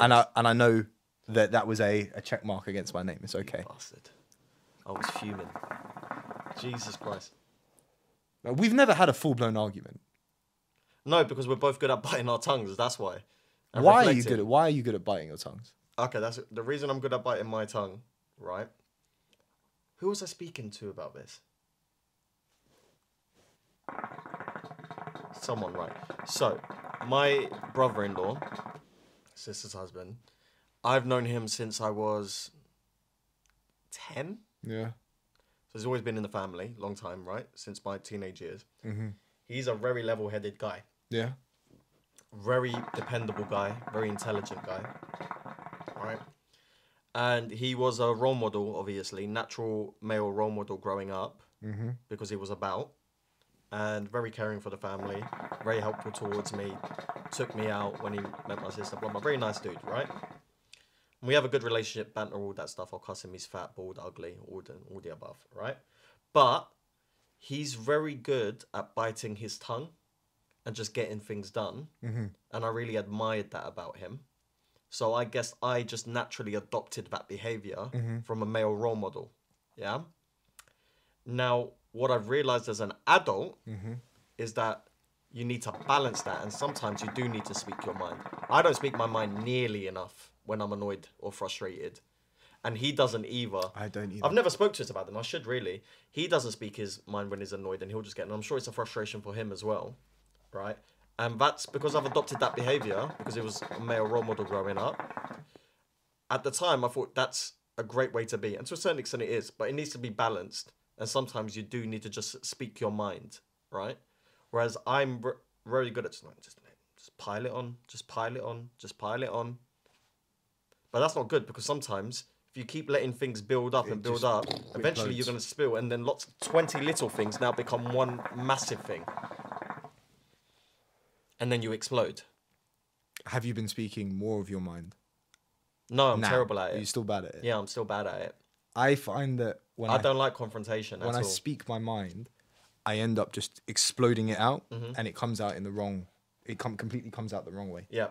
S1: and I and I know that that was a a check mark against my name. It's okay.
S2: Bastard. I was fuming. Jesus Christ.
S1: Now, We've never had a full blown argument.
S2: No, because we're both good at biting our tongues. That's why. And
S1: Why are you
S2: reflecting.
S1: good at Why are you good at biting your tongues?
S2: Okay, that's the reason I'm good at biting my tongue, right? Who was I speaking to about this? Someone, right? So, my brother-in-law, sister's husband, I've known him since I was ten.
S1: Yeah.
S2: So he's always been in the family, long time, right? Since my teenage years. He's a very level-headed guy
S1: Yeah.
S2: very dependable guy, very intelligent guy, right? And he was a role model, obviously, natural male role model growing up because he was about and very caring for the family, very helpful towards me, took me out when he met my sister, blah, blah, very nice dude, right? We have a good relationship, banter, all that stuff. I'll cuss him, he's fat, bald, ugly, all the, all the above, right? But he's very good at biting his tongue and just getting things done. And I really admired that about him. So I guess I just naturally adopted that behavior from a male role model. Yeah. Now, what I've realized as an adult
S1: Mm-hmm.
S2: is that you need to balance that. And sometimes you do need to speak your mind. I don't speak my mind nearly enough when I'm annoyed or frustrated. And he doesn't either.
S1: I don't either.
S2: I've never spoke to us about them. I should really. He doesn't speak his mind when he's annoyed, and he'll just get. And I'm sure it's a frustration for him as well, right? And that's because I've adopted that behavior because it was a male role model growing up. At the time, I thought that's a great way to be, and to a certain extent, it is. But it needs to be balanced, and sometimes you do need to just speak your mind, right? Whereas I'm ver- very good at just like just just pile it on, just pile it on, just pile it on. But that's not good because sometimes if you keep letting things build up and build
S3: just
S2: up,
S3: quick
S2: eventually you're
S3: loads.
S2: going to spill, and then lots twenty little things now become one massive thing, and then you explode.
S1: Have you been speaking more of your mind?
S2: No, I'm
S1: now?
S2: terrible at
S1: Are you
S2: it.
S1: still bad at it?
S2: yeah, I'm still bad at it.
S1: I find that when I,
S2: I don't like confrontation
S1: when
S2: at
S1: I
S2: all.
S1: speak my mind, I end up just exploding it out,
S2: Mm-hmm.
S1: and it comes out in the wrong. It com- completely comes out the wrong way,
S2: yeah,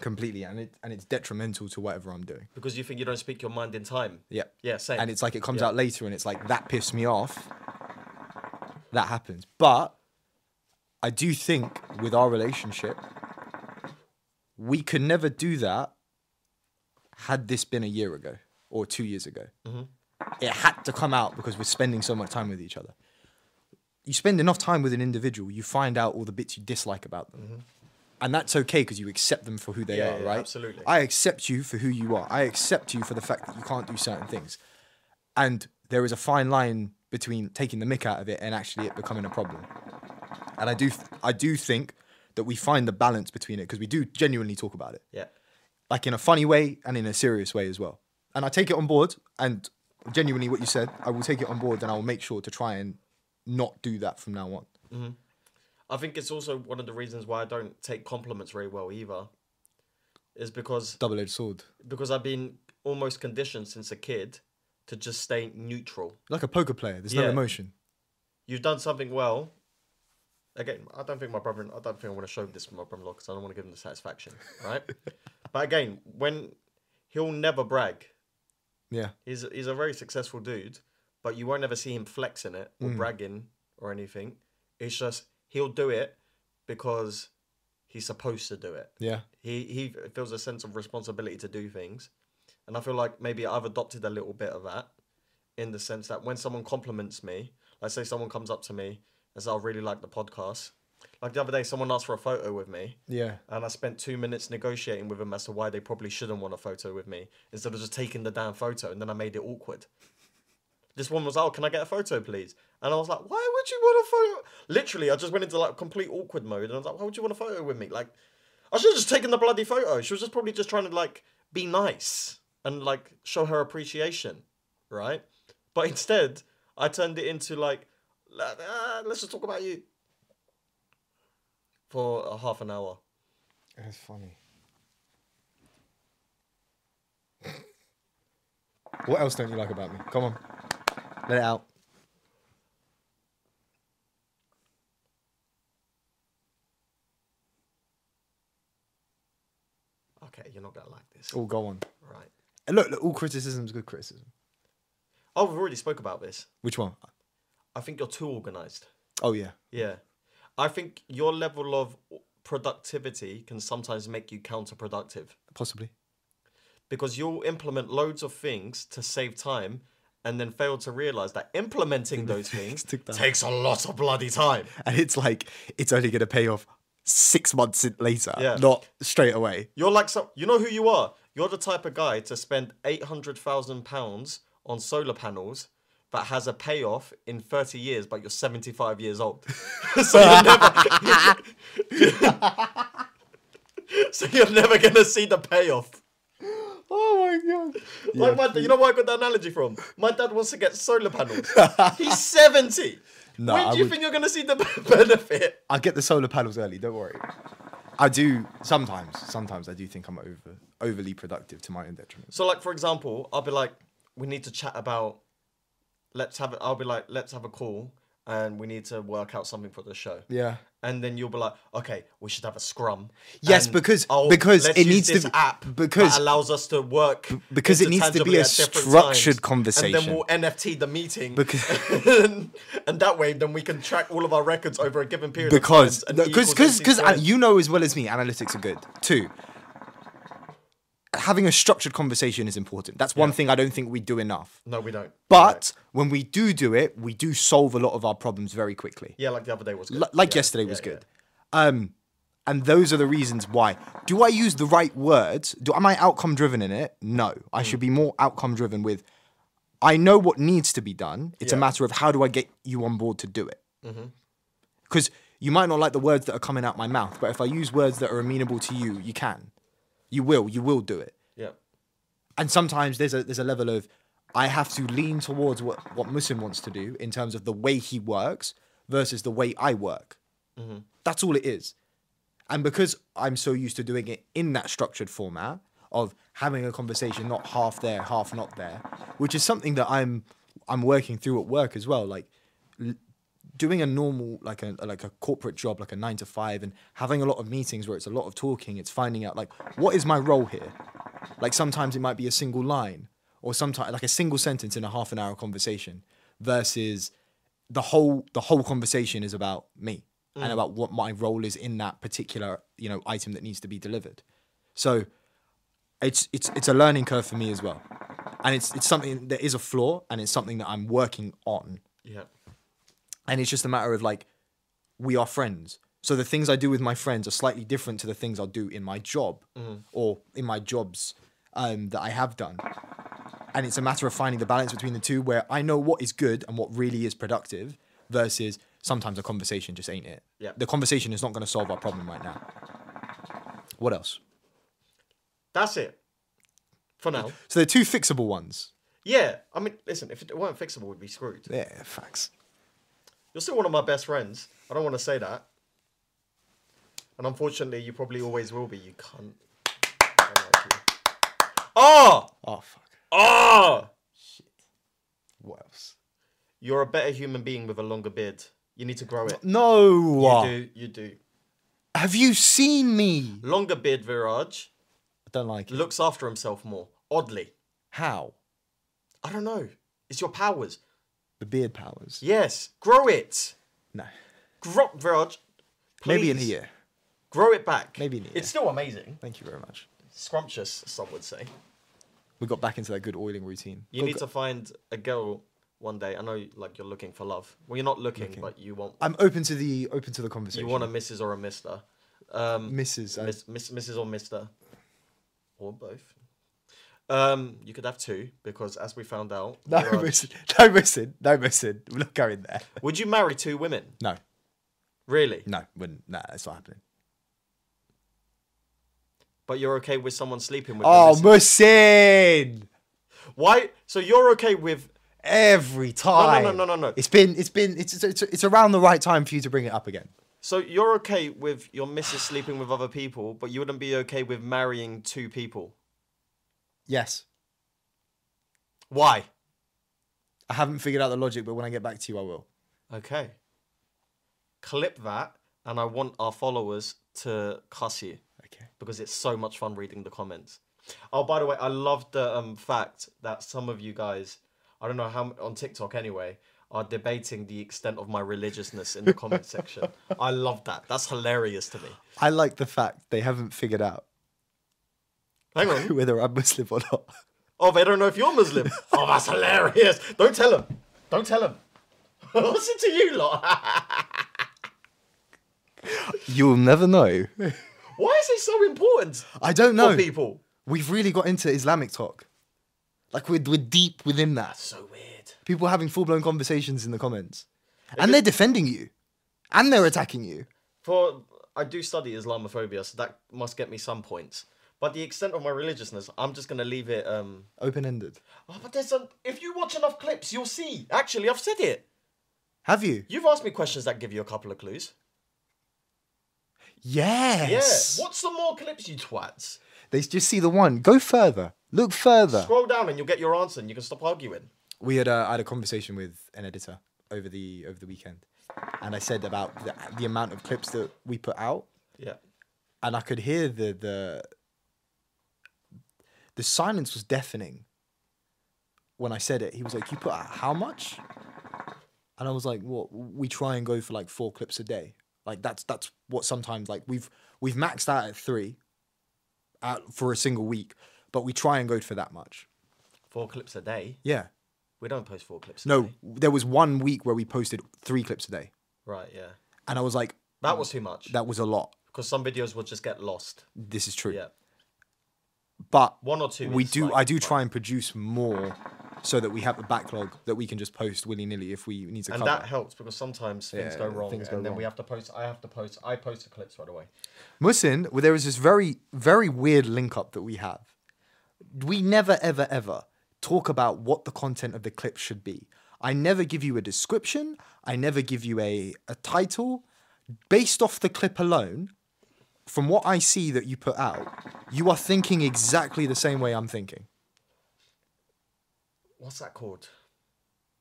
S1: completely, and it and it's detrimental to whatever I'm doing.
S2: because you think you don't speak your mind in time.
S1: Yeah.
S2: Yeah, same.
S1: And it's like it comes
S2: Yeah.
S1: out later and it's like that pissed me off. That happens. But I do think with our relationship, we could never do that had this been a year ago or two years ago.
S2: Mm-hmm.
S1: It had to come out because we're spending so much time with each other. You spend enough time with an individual, you find out all the bits you dislike about them. And that's okay because you accept them for who they
S2: Mm-hmm. Yeah,
S1: are,
S2: yeah,
S1: right?
S2: absolutely.
S1: I accept you for who you are. I accept you for the fact that you can't do certain things. And there is a fine line between taking the mick out of it and actually it becoming a problem. And I do I do think that we find the balance between it because we do genuinely talk about it
S2: Yeah.
S1: like in a funny way and in a serious way as well. And I take it on board and genuinely what you said, I will take it on board and I will make sure to try and not do that from now on.
S2: I think it's also one of the reasons why I don't take compliments very well either. Is because
S1: Double edged sword.
S2: because I've been almost conditioned since a kid to just stay neutral.
S1: Like a poker player, there's no
S2: Yeah.
S1: emotion.
S2: You've done something well. Again, I don't think my brother. I don't think I want to show this to my brother-in-law because I don't want to give him the satisfaction,
S1: [laughs]
S2: right? but again, when he'll never brag.
S1: Yeah.
S2: He's he's a very successful dude, but you won't ever see him flexing it or bragging or anything. It's just he'll do it because he's supposed to do it.
S1: Yeah.
S2: He he feels a sense of responsibility to do things, and I feel like maybe I've adopted a little bit of that, in the sense that when someone compliments me, like say someone comes up to me and says I really like the podcast, like the other day someone asked for a photo with me,
S1: Yeah.
S2: and I spent two minutes negotiating with them as to why they probably shouldn't want a photo with me instead of just taking the damn photo, and then I made it awkward. This woman was like, "Oh, can I get a photo, please?" And I was like, "Why would you want a photo?" Literally, I just went into like complete awkward mode, and I was like, "Why would you want a photo with me?" Like, I should have just taken the bloody photo. She was just probably just trying to like be nice and like show her appreciation, right? But instead, I turned it into like, "Let- ah, "Let's just talk about you." For a half an hour.
S1: That's funny. what else don't you like about me? Come on. Let it out.
S2: Okay, you're not gonna like this.
S1: All go on.
S2: Right.
S1: And look, look, all criticism is good criticism.
S2: Oh, we've already spoke about this.
S1: Which one?
S2: I think you're too organized.
S1: Oh yeah.
S2: Yeah. I think your level of productivity can sometimes make you counterproductive
S1: Possibly.
S2: because you'll implement loads of things to save time and then fail to realize that
S1: [laughs]
S2: implementing those things
S1: took time.
S2: takes a lot of bloody time.
S1: And it's like it's only gonna pay off six months in- later,
S2: Yeah.
S1: not straight away. [laughs]
S2: You're like some, you know who you are. You're the type of guy to spend eight hundred thousand pounds on solar panels that has a payoff in thirty years, but you're seventy five
S1: [laughs]
S2: years old. so you're
S1: Oh
S2: never. [laughs] so you're never gonna see the payoff.
S1: Oh my god.
S2: Like my, you know where I got that analogy from? My dad wants to get
S1: [laughs]
S2: solar panels. He's seventy.
S1: No,
S2: when
S1: I
S2: do you
S1: would-
S2: think you're gonna see the [laughs] benefit?
S1: I get the solar panels early. Don't worry. I do sometimes. Sometimes I do think I'm over overly productive to my own detriment.
S2: So, like for example, I'll be like, we need to chat about. Let's have. I'll be like, let's have a call, and we need to work out something for the show.
S1: Yeah.
S2: And then you'll be like, okay, we should have a scrum.
S1: Yes,
S2: and, "Oh,
S1: because- because
S2: let's
S1: it
S2: use
S1: needs to
S2: this
S1: be-
S2: app
S1: because-
S2: that allows us to work
S1: because it
S2: into
S1: needs to be
S2: tangibly
S1: a
S2: at different
S1: structured
S2: times, And
S1: conversation.
S2: then we'll NFT the meeting
S1: Because-
S2: [laughs] and, that way, then we can track all of our records over a given period. of
S1: Because
S2: time, and E
S1: because uh, because
S2: equals MC
S1: because
S2: squared.
S1: you know as well as me, analytics are good too. Having a structured conversation is important. That's one thing I don't think we do enough.
S2: no, we don't.
S1: But when we do do it, we do solve a lot of our problems very quickly.
S2: yeah, like the other day was good.
S1: L- like
S2: Yeah,
S1: yesterday was
S2: yeah, yeah.
S1: good. Um, and those are the reasons why. Do I use the right words? Do am I outcome driven in it? No,
S2: Mm.
S1: I should be more outcome driven with. I know what needs to be done. It's a
S2: Yeah. Mm-hmm.
S1: matter of how do I get you on board to do it. Because You might not like the words that are coming out my mouth, but if I use words that are amenable to you, you can. You will. You will do it.
S2: Yeah.
S1: And sometimes there's a there's a level of I have to lean towards what what Muslim wants to do in terms of the way he works versus the way I work. That's all it is. And because I'm so used to doing it in that structured format of having a conversation not half there, half not there, which is something that I'm I'm working through at work as well, like l- doing a normal like a like a corporate job like a 9 to 5 and having a lot of meetings where it's a lot of talking, it's finding out like what is my role here? Like sometimes it might be a single line or sometimes like a single sentence in a half an hour conversation versus the whole the whole conversation is about me and about what my role is in that particular you know item that needs to be delivered so it's it's it's a learning curve for me as well and it's it's something that is a flaw and it's something that i'm working on
S2: Yeah.
S1: and it's just a matter of like we are friends so the things i do with my friends are slightly different to the things i'll do in my job
S2: Mm-hmm.
S1: or in my jobs um, that i have done and it's a matter of finding the balance between the two where i know what is good and what really is productive versus sometimes a conversation just ain't it
S2: Yeah.
S1: the conversation is not going to solve our problem right now what else
S2: That's it. For now.
S1: so there are two fixable ones
S2: Yeah. I mean, listen, if it weren't fixable, we'd be screwed.
S1: yeah facts
S2: You're still one of my best friends. I don't want to say that. And unfortunately, you probably always will be. You can't. Oh!
S1: oh fuck
S2: Oh!
S1: what else
S2: You're a better human being with a longer beard. You need to grow it.
S1: no
S2: You do. You do.
S1: have you seen me
S2: Longer beard, Viraj
S1: i don't like it
S2: looks after himself more. Oddly,
S1: how
S2: I don't know. It's your powers.
S1: the beard powers
S2: Yes, grow it.
S1: No.
S2: Grow, Viraj.
S1: Maybe in a
S2: please,
S1: year.
S2: Grow it back.
S1: Maybe in a year.
S2: It's still amazing.
S1: Thank you very much.
S2: Scrumptious, some would say.
S1: We got back into that good oiling routine.
S2: You
S1: Got-
S2: need to find a girl one day. I know, like you're looking for love. Well, you're not looking, but you want
S1: I'm open to the open to the conversation. uh,
S2: you want a Mrs. or a Mister. Um,
S1: Mrs. I-
S2: Miss, miss, Mrs. or Mister, or both. Um, you could have two because, as we found out,
S1: no, [laughs]
S2: Viraj-
S1: listen, no, listen, no, listen. We're not going there.
S2: would you marry two women?
S1: No,
S2: Really?
S1: no, wouldn't. Nah, that's not happening.
S2: But you're okay with someone sleeping with? your
S1: Oh,
S2: missus?
S1: Musin!
S2: why? So you're okay with?
S1: Every time.
S2: no, no, no.
S1: It's been, it's been, it's, it's, it's around the right time for you to bring it up again.
S2: So you're okay with your missus sleeping with other people, but you wouldn't be okay with marrying two people.
S1: Yes,
S2: Why?
S1: I haven't figured out the logic, but when I get back to you, I will.
S2: Okay. Clip that, and I want our followers to cuss you.
S1: Okay.
S2: because it's so much fun reading the comments. Oh, by the way, I love the um, fact that some of you guys, I don't know how m- on TikTok anyway, are debating the extent of my religiousness in the comment section. I love that. That's hilarious to me.
S1: I like the fact they haven't figured out [laughs]
S2: Hang on.
S1: whether I'm Muslim or not.
S2: Oh, they don't know if you're Muslim. Oh, that's hilarious. Don't tell them. Don't tell them. [laughs] Listen to you lot. [laughs]
S1: You'll never know.
S2: Why is it so important
S1: I don't
S2: for
S1: know.
S2: people?
S1: we've really got into Islamic talk. Like we're, we're deep within that.
S2: So weird.
S1: People are having full blown conversations in the comments, and they're defending you, and they're attacking you.
S2: For I do study Islamophobia, so that must get me some points. But the extent of my religiousness, I'm just gonna leave it. Um,
S1: Open ended.
S2: oh, but there's a. If you watch enough clips, you'll see. Actually, I've said it.
S1: Have you?
S2: You've asked me questions that give you a couple of clues. Yeah.
S1: Yes.
S2: Watch some more clips, you twats.
S1: They just see the one. Go further. Look further.
S2: Scroll down and you'll get your answer, and you can stop arguing.
S1: we had uh, I had a conversation with an editor over the over the weekend, and I said about the, the amount of clips that we put out,
S2: Yeah.
S1: and I could hear the the the silence was deafening when I said it. He was like, "You put out how much?" And I was like, "What? We try and go for like four clips a day. Like that's that's what sometimes like we've we've maxed out at three, out for a single week, but we try and go for that much.
S2: Four clips a day.
S1: Yeah.
S2: We don't post four clips. A
S1: No,
S2: Day.
S1: there was one week where we posted three clips a day,
S2: Right. Yeah.
S1: and I was like,
S2: That was too much.
S1: that was a lot.
S2: Because some videos will just get lost.
S1: This is true.
S2: Yeah.
S1: But
S2: One or two.
S1: we
S2: is,
S1: do
S2: like,
S1: i do try and produce more so that we have a backlog that we can just post willy nilly if we need to
S2: and
S1: cover.
S2: that helps because sometimes things
S1: Yeah,
S2: go wrong,
S1: things go
S2: and then we
S1: wrong.
S2: have to post. I have to post. I post the clips right away.
S1: Musin, well, there is this very, very weird link up that we have. We never, ever, ever talk about what the content of the clip should be. I never give you a description. I never give you a, a title. Based off the clip alone, from what I see that you put out, you are thinking exactly the same way I'm thinking.
S2: What's that called?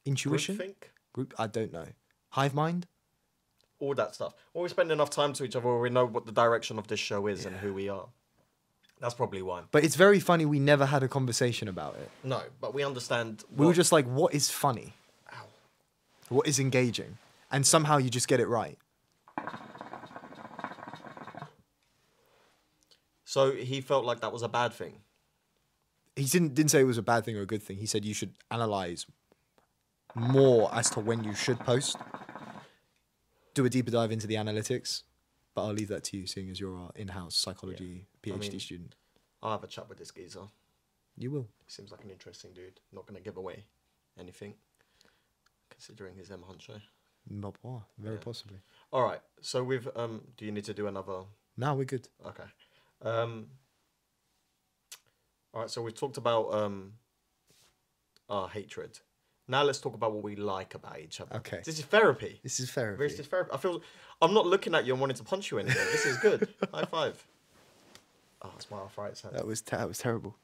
S1: Intuition?
S2: Think
S1: Group, I don't know. Hive mind?
S2: all that stuff. Well, we spend enough time to each other where we know what the direction of this show is and who we are. That's probably why.
S1: But it's very funny we never had a conversation about it.
S2: No, but we understand.
S1: We were
S2: what-
S1: just like, what is funny? What is engaging? And somehow you just get it right.
S2: so he felt like that was a bad thing.
S1: He didn't didn't say it was a bad thing or a good thing. He said you should analyze more as to when you should post. Do a deeper dive into the analytics, but I'll leave that to you, seeing as you're our in-house psychology PhD
S2: mean-
S1: student.
S2: I'll have a chat with this geezer.
S1: You will.
S2: He seems like an interesting dude. Not going to give away anything, considering his M honcho.
S1: Not why, ah, very possibly.
S2: All right. So we've um. Do you need to do another?
S1: No, we're good.
S2: Okay. Um. All right. So we've talked about um. Our hatred. Now let's talk about what we like about each other.
S1: Okay.
S2: This is therapy.
S1: This is therapy.
S2: This is therapy. I feel I'm not looking at you and wanting to punch you anymore. This
S1: [laughs]
S2: is good. High five. Oh, it's my arthritis. hand.
S1: That was te- that was terrible.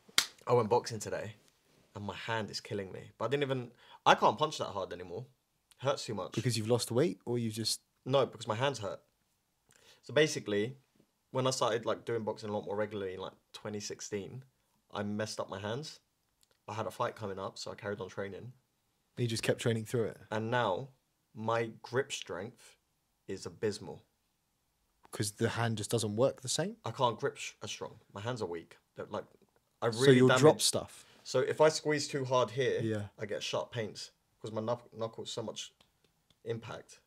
S2: I went boxing today, and my hand is killing me. But I didn't even. I can't punch that hard anymore. hurts too much.
S1: Because you've lost weight, or you just
S2: No, because my hands hurt. So basically, when I started like doing boxing a lot more regularly in like 2016, I messed up my hands. I had a fight coming up, so I carried on training,
S1: you just kept training through it
S2: and now my grip strength is abysmal.
S1: because the hand just doesn't work the same.
S2: I can't grip sh- as strong. My hands are weak. They're, like I really
S1: so you'll
S2: damage-
S1: drop stuff.
S2: So if I squeeze too hard here,
S1: Yeah.
S2: I get sharp pains because my knuck- knuckles so much impact.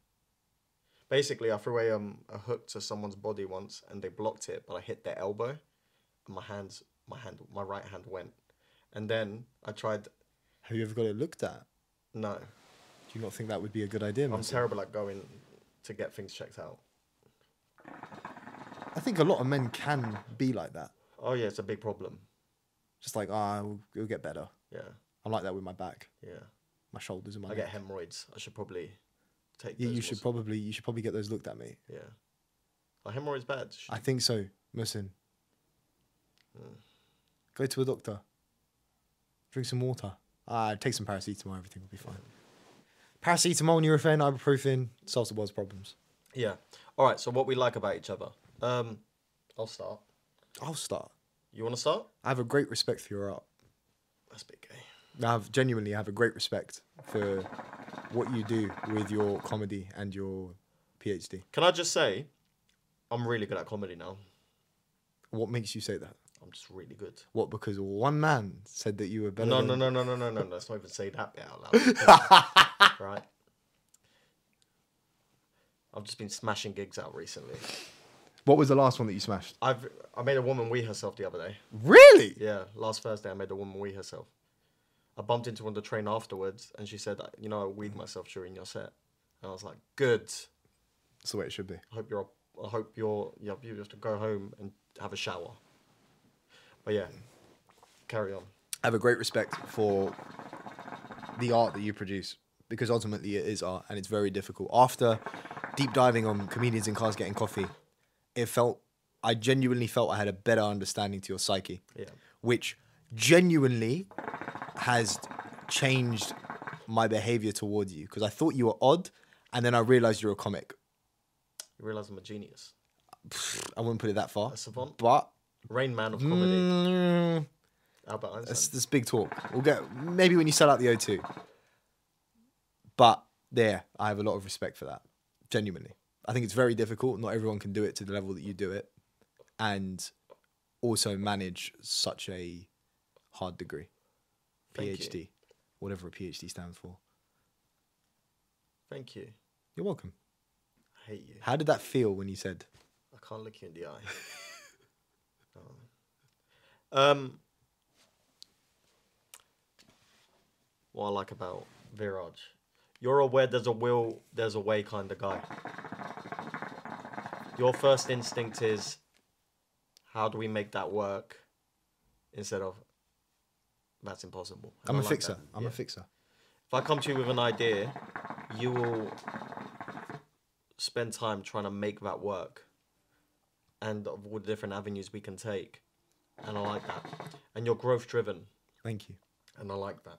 S2: Basically, I threw a um a hook to someone's body once and they blocked it, but I hit their elbow, and my hands, my hand, my right hand went, and then I tried.
S1: Have you ever got it looked at?
S2: No,
S1: Do you not think that would be a good idea?
S2: I'm
S1: Man?
S2: terrible at going to get things checked out.
S1: I think a lot of men can be like that.
S2: Oh yeah, it's a big problem.
S1: Just like, ah, we'll, it'll get better.
S2: Yeah,
S1: I'm like that with my back,
S2: yeah.
S1: my shoulders, and my.
S2: I get
S1: neck.
S2: hemorrhoids. I should probably take.
S1: Yeah,
S2: those
S1: you should
S2: meds.
S1: probably you should probably get those looked at, mate.
S2: Yeah, Are hemorrhoids bad. Sh-
S1: I think so. Listen, Hmm. go to a doctor. Drink some water. Ah, take some paracetamol. Everything will be fine. Paracetamol, Nurofen, ibuprofen solves the world's problems.
S2: Yeah. All right. So what we like about each other. Um, I'll start.
S1: I'll start.
S2: You want to start?
S1: I have a great respect for your art.
S2: That's a bit gay.
S1: I have genuinely have a great respect for what you do with your comedy and your PhD.
S2: Can I just say, I'm really good at comedy now.
S1: What makes you say that?
S2: I'm just really good.
S1: What? Because one man said that you were better.
S2: No,
S1: than...
S2: no, no, no, no, no, no. no. Let's not even say that bit out loud. right. I've just been smashing gigs out recently.
S1: What was the last one that you smashed?
S2: I've I made a woman wee herself the other day.
S1: Really?
S2: Yeah, last Thursday I made a woman wee herself. I bumped into her on the train afterwards, and she said, "You know, I weed myself during your set," and I was like, "Good."
S1: That's the way it should be.
S2: I hope you're. I hope you're. Yeah, you have to go home and have a shower. But yeah, carry on.
S1: I have a great respect for the art that you produce because ultimately it is art and it's very difficult. After deep diving on comedians in cars getting coffee, it felt I genuinely felt I had a better understanding to your psyche,
S2: Yeah.
S1: which genuinely has changed my behavior towards you because I thought you were odd and then I realized you're a comic.
S2: You realize I'm a genius,
S1: I wouldn't put it that far,
S2: a savant,
S1: but
S2: Rain Man of comedy,
S1: mm,
S2: Albert Einstein.
S1: That's this big talk. We'll get maybe when you sell out the O2. But there, I have a lot of respect for that. Genuinely, I think it's very difficult. Not everyone can do it to the level that you do it, and also manage such a hard degree,
S2: Thank you.
S1: PhD, whatever a PhD stands for.
S2: Thank you.
S1: You're welcome.
S2: I hate you.
S1: How did that feel when you said
S2: I can't look you in the eye. um. what I like about Viraj. You're aware there's a will, there's a way kind of guy. Your first instinct is, how do we make that work? Instead of, that's impossible. And
S1: I'm
S2: I
S1: a
S2: like
S1: fixer.
S2: that.
S1: I'm
S2: Yeah.
S1: a fixer.
S2: If I come to you with an idea, you will spend time trying to make that work and of all the different avenues we can take. And I like that. And you're growth driven.
S1: Thank you.
S2: And I like that.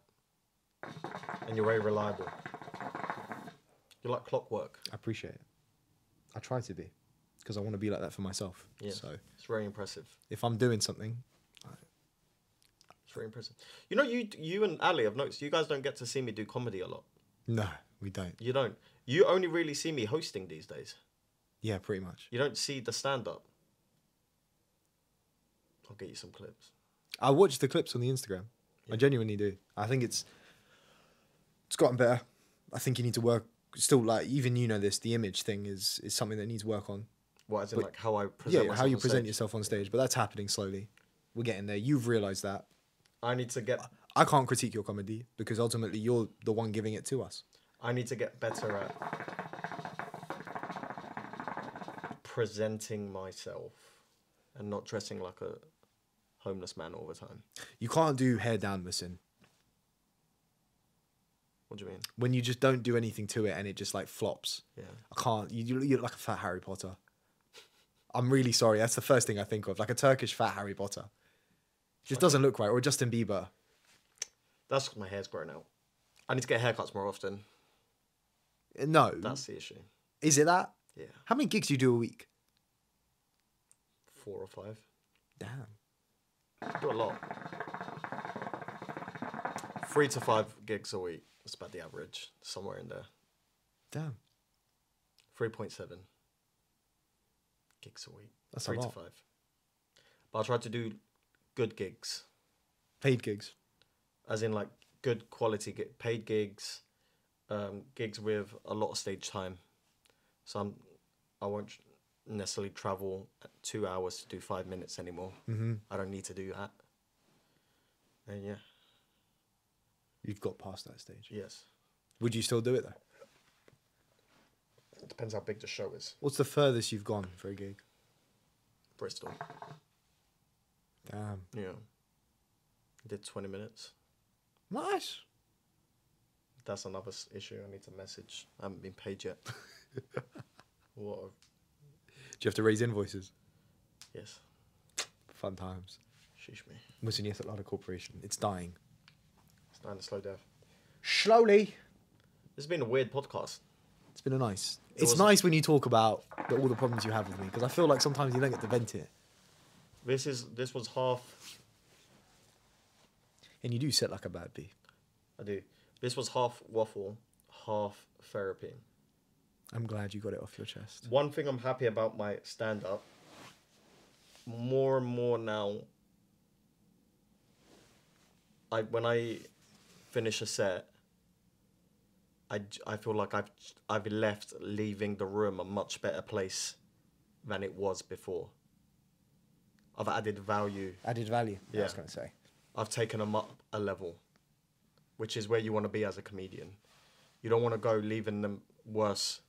S2: And you're very reliable. You're like clockwork.
S1: I appreciate it. I try to be, because I want to be like that for myself.
S2: Yeah.
S1: So
S2: It's very impressive.
S1: if I'm doing something,
S2: It's very impressive. You know, you you and Ali, I've noticed you guys don't get to see me do comedy a lot.
S1: no, we don't.
S2: You don't. You only really see me hosting these days.
S1: Yeah, pretty much.
S2: You don't see the stand up. I'll get you some clips.
S1: I watch the clips on the Instagram. I genuinely do. I think it's it's gotten better. I think you need to work. Still, like even you know this, the image thing is is something that needs work on.
S2: What, as in, like how I
S1: Yeah,
S2: present
S1: how
S2: myself
S1: you
S2: on
S1: present
S2: stage.
S1: yourself on stage, but that's happening slowly. We're getting there. You've realised that.
S2: I need to get
S1: I can't critique your comedy because ultimately you're the one giving it to us.
S2: I need to get better at presenting myself and not dressing like a homeless man all the time.
S1: You can't do hair down missing
S2: What do you mean?
S1: when you just don't do anything to it and it just like flops.
S2: Yeah.
S1: I can't. You, you look like a fat Harry Potter. I'm really sorry. That's the first thing I think of, like a Turkish fat Harry Potter. Just doesn't look right. Or Justin Bieber.
S2: That's 'cause my hair's grown out. I need to get haircuts more often.
S1: No,
S2: That's the issue.
S1: is it that?
S2: Yeah.
S1: How many gigs do you do a week?
S2: Four or five.
S1: Damn.
S2: I do a lot. Three to five gigs a week. That's about the average. Somewhere in there.
S1: Damn.
S2: 3.7 gigs a week.
S1: That's a
S2: Three to
S1: lot.
S2: five. But I try to do good gigs.
S1: Paid gigs.
S2: as in like good quality gi- paid gigs, um, gigs with a lot of stage time. So I'm, I won't tr- necessarily travel two hours to do five minutes anymore. Mm-hmm. I don't need to do that. And yeah,
S1: You've got past that stage.
S2: yes,
S1: Would you still do it though?
S2: it depends how big the show is.
S1: What's the furthest you've gone for a gig?
S2: Bristol,
S1: Damn.
S2: yeah, did twenty minutes.
S1: Nice.
S2: That's another s- issue. I need to message. I haven't been paid [laughs] yet. what? A,
S1: Do you have to raise invoices?
S2: yes,
S1: Fun times.
S2: sheesh me.
S1: Muslim Youth Atlanta Corporation. It's dying.
S2: It's time to slow down.
S1: Slowly.
S2: This has been a weird podcast.
S1: It's been a nice.
S2: It
S1: it's
S2: was-
S1: nice when you talk about the, all the problems you have with me because I feel like sometimes you don't get to vent it,
S2: This is this was half.
S1: and you do sit like a bad bee.
S2: I do. This was half waffle, half therapy.
S1: I'm glad you got it off your chest.
S2: One thing I'm happy about my stand up. More and more now. I when I finish a set. I, j- I feel like I've I've left leaving the room a much better place than it was before. I've added value
S1: Added value. I was
S2: Yeah.
S1: going to say.
S2: I've taken them up a level, which is where you want to be as a comedian. You don't want to go leaving them worse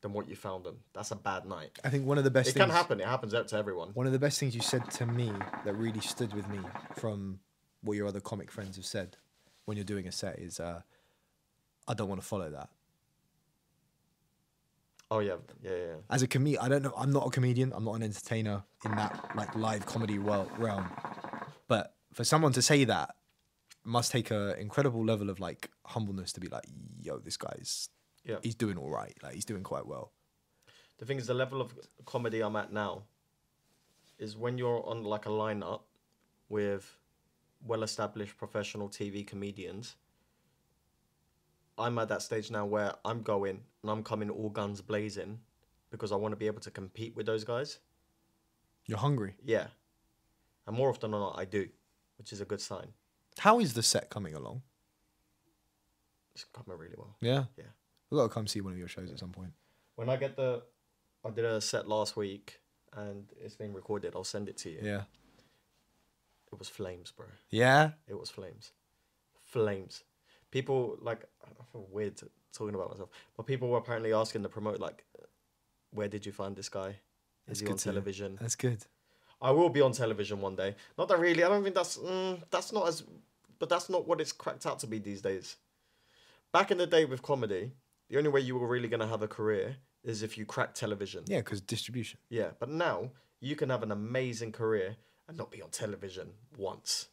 S2: than what you found them. That's a bad night.
S1: I think one of the best
S2: It
S1: things.
S2: can happen. It happens to everyone.
S1: One of the best things you said to me that really stood with me from what your other comic friends have said when you're doing a set is, uh, I don't want to follow that.
S2: Oh yeah, yeah, yeah. yeah.
S1: as a comedian, I don't know. I'm not a comedian. I'm not an entertainer in that like live comedy world realm. But for someone to say that must take a incredible level of like humbleness to be like, yo, this guy's
S2: Yeah.
S1: he's doing all right. Like he's doing quite well.
S2: The thing is, the level of comedy I'm at now is when you're on like a lineup with well-established professional TV comedians. I'm at that stage now where I'm going and I'm coming all guns blazing because I want to be able to compete with those guys.
S1: You're hungry.
S2: Yeah. And more often than not, I do, which is a good sign.
S1: How is the set coming along?
S2: It's coming really well.
S1: Yeah,
S2: Yeah.
S1: we gotta come see one of your shows at some point.
S2: When I get the, I did a set last week and it's been recorded. I'll send it to you.
S1: Yeah,
S2: It was flames, bro.
S1: yeah.
S2: It was flames. Flames. people like I feel weird t- talking about myself, but people were apparently asking the promoter like, where did you find this guy? Is he on television?
S1: That's good.
S2: I will be on television one day. Not that really. I don't think that's mm, that's not as, but that's not what it's cracked out to be these days. Back in the day with comedy, the only way you were really gonna have a career is if you cracked television.
S1: Yeah, because distribution.
S2: Yeah, but now you can have an amazing career and not be on television once.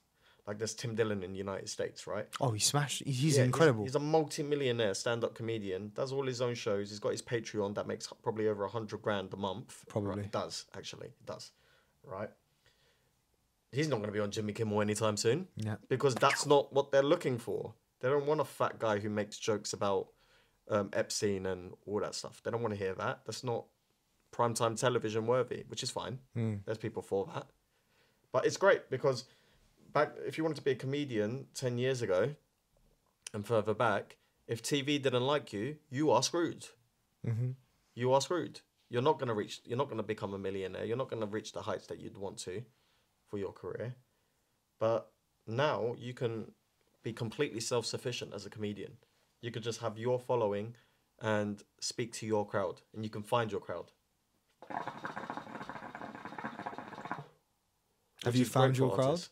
S2: Like there's Tim Dillon in the United States, right?
S1: Oh, he smashed. he- He's
S2: Yeah,
S1: incredible.
S2: He's, a multi-millionaire stand-up comedian. Does all his own shows. He's got his Patreon that makes probably over a hundred grand a month.
S1: Probably.
S2: Right, does actually It does, right? He's not going to be on Jimmy Kimmel anytime soon.
S1: Yeah.
S2: Because that's not what they're looking for. They don't want a fat guy who makes jokes about um, Epstein and all that stuff. They don't want to hear that. That's not primetime television worthy, which is fine. There's people for that. But it's great because back if you wanted to be a comedian 10 years ago and further back, if TV didn't like you, you are screwed. You are screwed. You're not going to reach you're not going to become a millionaire. You're not going to reach the heights that you'd want to for your career. But now you can be completely self sufficient as a comedian. You could just have your following and speak to your crowd, and you can find your crowd.
S1: Have
S2: Which
S1: you
S2: is great
S1: found your
S2: for
S1: crowd?
S2: artists.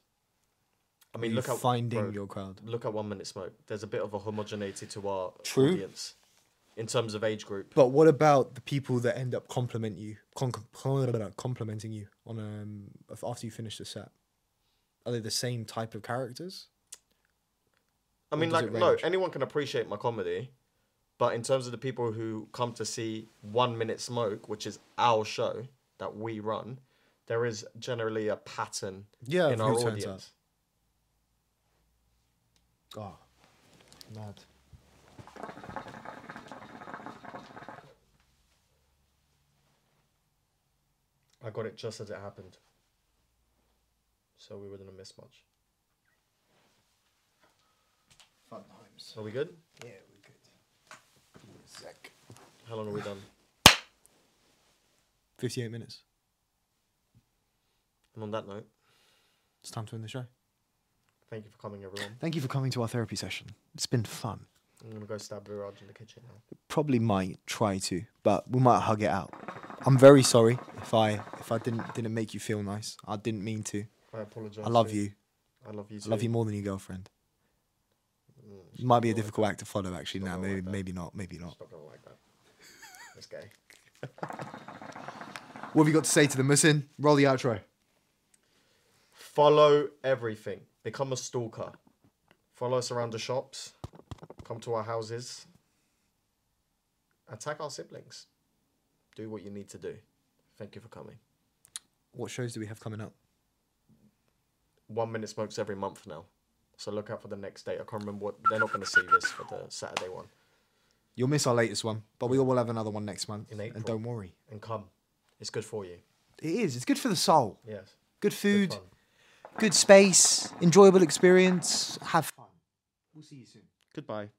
S2: I mean,
S1: Are
S2: look
S1: you
S2: at
S1: finding
S2: bro,
S1: your crowd.
S2: Look at One Minute Smoke. There's a bit of a homogeneity to our
S1: True.
S2: audience in terms of age group.
S1: But what about the people that end up compliment you, con- con- complimenting you on um af- after you finish the set? Are they the same type of characters?
S2: I mean,
S1: does
S2: like,
S1: it
S2: no,
S1: range?
S2: anyone can appreciate my comedy, but in terms of the people who come to see One Minute Smoke, which is our show that we run, there is generally a pattern
S1: Yeah,
S2: in
S1: of
S2: our
S1: who turns
S2: audience.
S1: Oh, mad.
S2: I got it just as it happened, so we wouldn't have missed much.
S1: Fun times.
S2: Are we good?
S1: Yeah, we're good. Sec.
S2: How long are we done?
S1: Fifty-eight minutes.
S2: And on that note,
S1: It's time to end the show.
S2: thank you for coming, everyone.
S1: Thank you for coming to our therapy session. It's been fun.
S2: I'm gonna go stab Viraj in the kitchen now.
S1: Probably might try to, but we might hug it out. I'm very sorry if I if I didn't didn't make you feel nice. I didn't mean to.
S2: I apologize.
S1: I love
S2: too.
S1: you.
S2: I love you.
S1: I love
S2: too.
S1: you more than your girlfriend.
S2: Mm, she's
S1: Might be a
S2: not like-
S1: difficult act to follow, actually.
S2: Don't
S1: Now,
S2: know
S1: maybe,
S2: like that.
S1: maybe not. Maybe not.
S2: She's not gonna like that. That's gay.
S1: What have you got to say to them? Listen, roll the outro.
S2: Follow everything. Become a stalker. Follow us around the shops. Come to our houses. Attack our siblings. Do what you need to do. Thank you for coming.
S1: What shows do we have coming up?
S2: One minute smokes every month now. So look out for the next date. I can't remember what they're not gonna see this for the Saturday one.
S1: You'll miss our latest one, but we will have another one next month.
S2: In
S1: And
S2: April.
S1: don't worry.
S2: And come. It's good for you.
S1: It is. It's good for the soul.
S2: Yes.
S1: Good
S2: Good
S1: food, good,
S2: fun.
S1: space, enjoyable experience. Have fun. We'll see you soon.
S2: Goodbye.